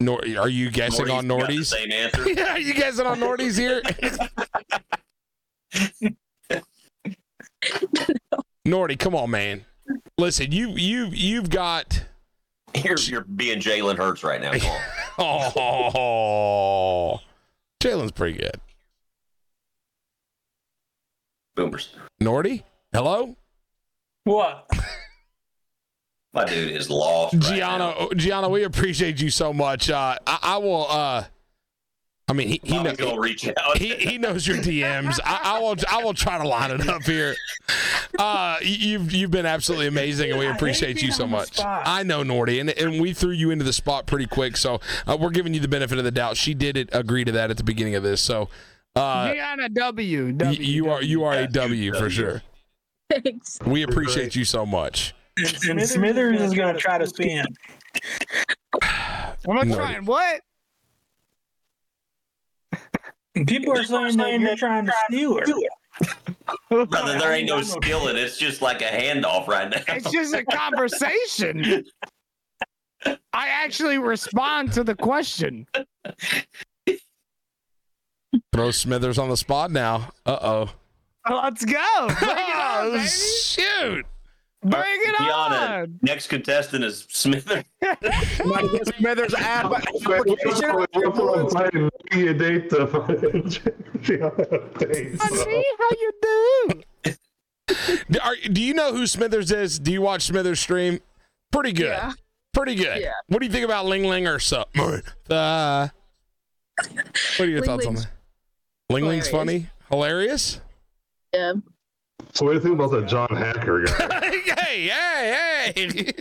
Nor- are you guessing on
Nordy's got the Same
Nordy's?
answer.
yeah, are you guessing on Nordy's here? Nordy, come on, man. Listen, you you you've got
You're, you're being Jalen Hurts right now. Cole.
oh Jalen's pretty good.
Boomers.
Nordy, hello,
What?
My dude is lost. right
Gianna.
now.
Gianna, we appreciate you so much. Uh, I, I will. uh I mean, he he,
Bobby's
kno-
gonna reach out.
he, he knows your DMs. I, I will I will try to line it up here. Uh, y- you've you've been absolutely amazing, and we
hate
appreciate you
being
so
on the
much.
spot.
I know Nordy, and and we threw you into the spot pretty quick, so uh, we're giving you the benefit of the doubt. She did it, agree to that at the beginning of this, so uh,
Gianna W.
y-
w
you are you are a W for sure.
Thanks.
We appreciate you so much.
And Smithers is gonna try to spin.
I'm
Nordy.
not trying. What?
And people are saying that you're trying to steal her.
Brother, there ain't no stealing. It's just like a handoff right now.
It's just a conversation. I actually respond to the question.
Throw Smithers on the spot now. Uh oh.
Let's go. Bring it on, baby.
shoot.
Oh, Bring it
Gianna,
on.
next contestant is Smithers.
Might get Smithers app application.
You date the date,
I
so.
see how you do.
Do, are, do you know who Smithers is? Do you watch Smithers stream? Pretty good.
Yeah.
Pretty good.
Yeah.
What do you think about Ling Ling or something? Uh, what are your
Ling
thoughts on
Ling's
that? Ling Ling's funny,
hilarious.
hilarious.
Yeah.
So what do you think about that John Hacker guy?
hey, hey, hey!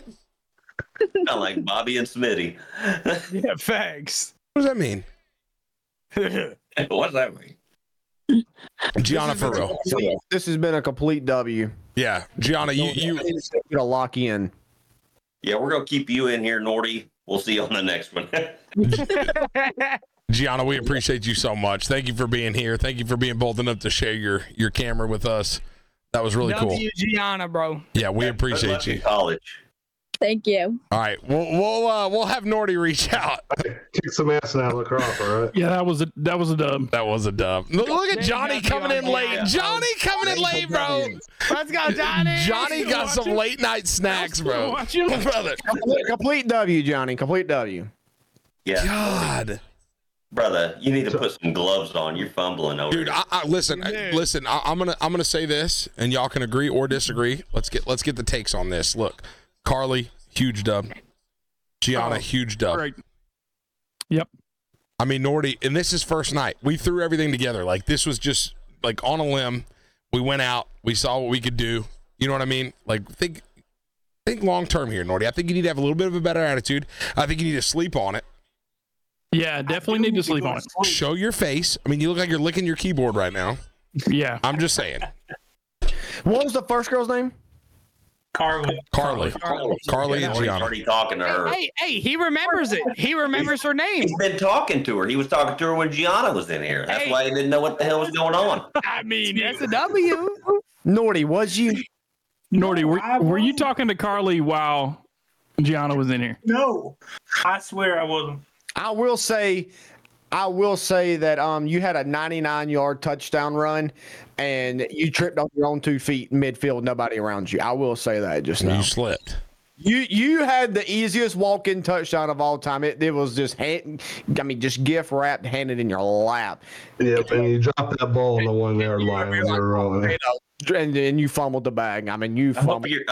I like Bobby and Smitty.
Yeah, thanks.
What does that mean,
What's that mean?
Gianna? For real?
This has been a complete W.
Yeah, Gianna. You you
Get a lock in.
Yeah, we're gonna keep you in here, Nordy. We'll see you on the next one.
Gianna, we appreciate you so much. Thank you for being here. Thank you for being bold enough to share your your camera with us. That was really cool.
W Gianna, bro.
Yeah, we
Good
appreciate
luck in
you.
College.
Thank you.
All right, we'll we'll uh, we'll have Nordy reach out.
Kick some ass now, look her off, all right?
Yeah, that was a that was a dub.
That was a dub. Look, look at
They
Johnny
got me
coming in
on
late.
that.
Johnny coming in late, bro.
Let's go, Johnny.
Johnny got some
watching?
late night snacks, bro.
Watch you.
Brother,
Complete, complete W, Johnny. Complete W.
Yeah,
God,
brother, you need to put some gloves on. You're fumbling over.
dude.
here.
I, I listen, I-
Dude.
listen. I, I'm gonna, I'm gonna say this, and y'all can agree or disagree. Let's get, let's get the takes on this. Look, Carly, huge dub. Gianna,
Oh,
huge dub.
Great.
I mean, Nordy, and this is first night. We threw everything together. Like this was just like on a limb. We went out. We saw what we could do. You know what I mean? Like think think long term here, Nordy. I think you need to have a little bit of a better attitude. I think you need to sleep on it.
Yeah, definitely need to sleep on it.
Show your face. I mean, you look like you're licking your keyboard right now.
Yeah.
I'm just saying.
What was the first girl's name?
Carly.
Carly.
Carly,
Carly and
Nordy's
Gianna.
already talking to her.
Hey, hey, he remembers it. He remembers her name.
He's been talking to her. He was talking to her when Gianna was in here. That's
Hey.
why he didn't know what the hell was going on.
I mean,
That's a W.
Norty, was you?
Nordy, were,
I
were you
wasn't.
talking to Carly while Gianna was in here?
No, I swear I wasn't.
I will say, I will say that um, you had a 99 yard touchdown run, and you tripped on your own two feet in midfield. Nobody around you. I will say that just now.
You slipped.
You you had the easiest walk in touchdown of all time. It, it was just hand, I mean just gift wrapped, handed in your lap,
Yep, and you dropped that ball on the one yard line when they were rolling.
and then you fumbled the bag. I mean you
I hope
fumbled.
you're,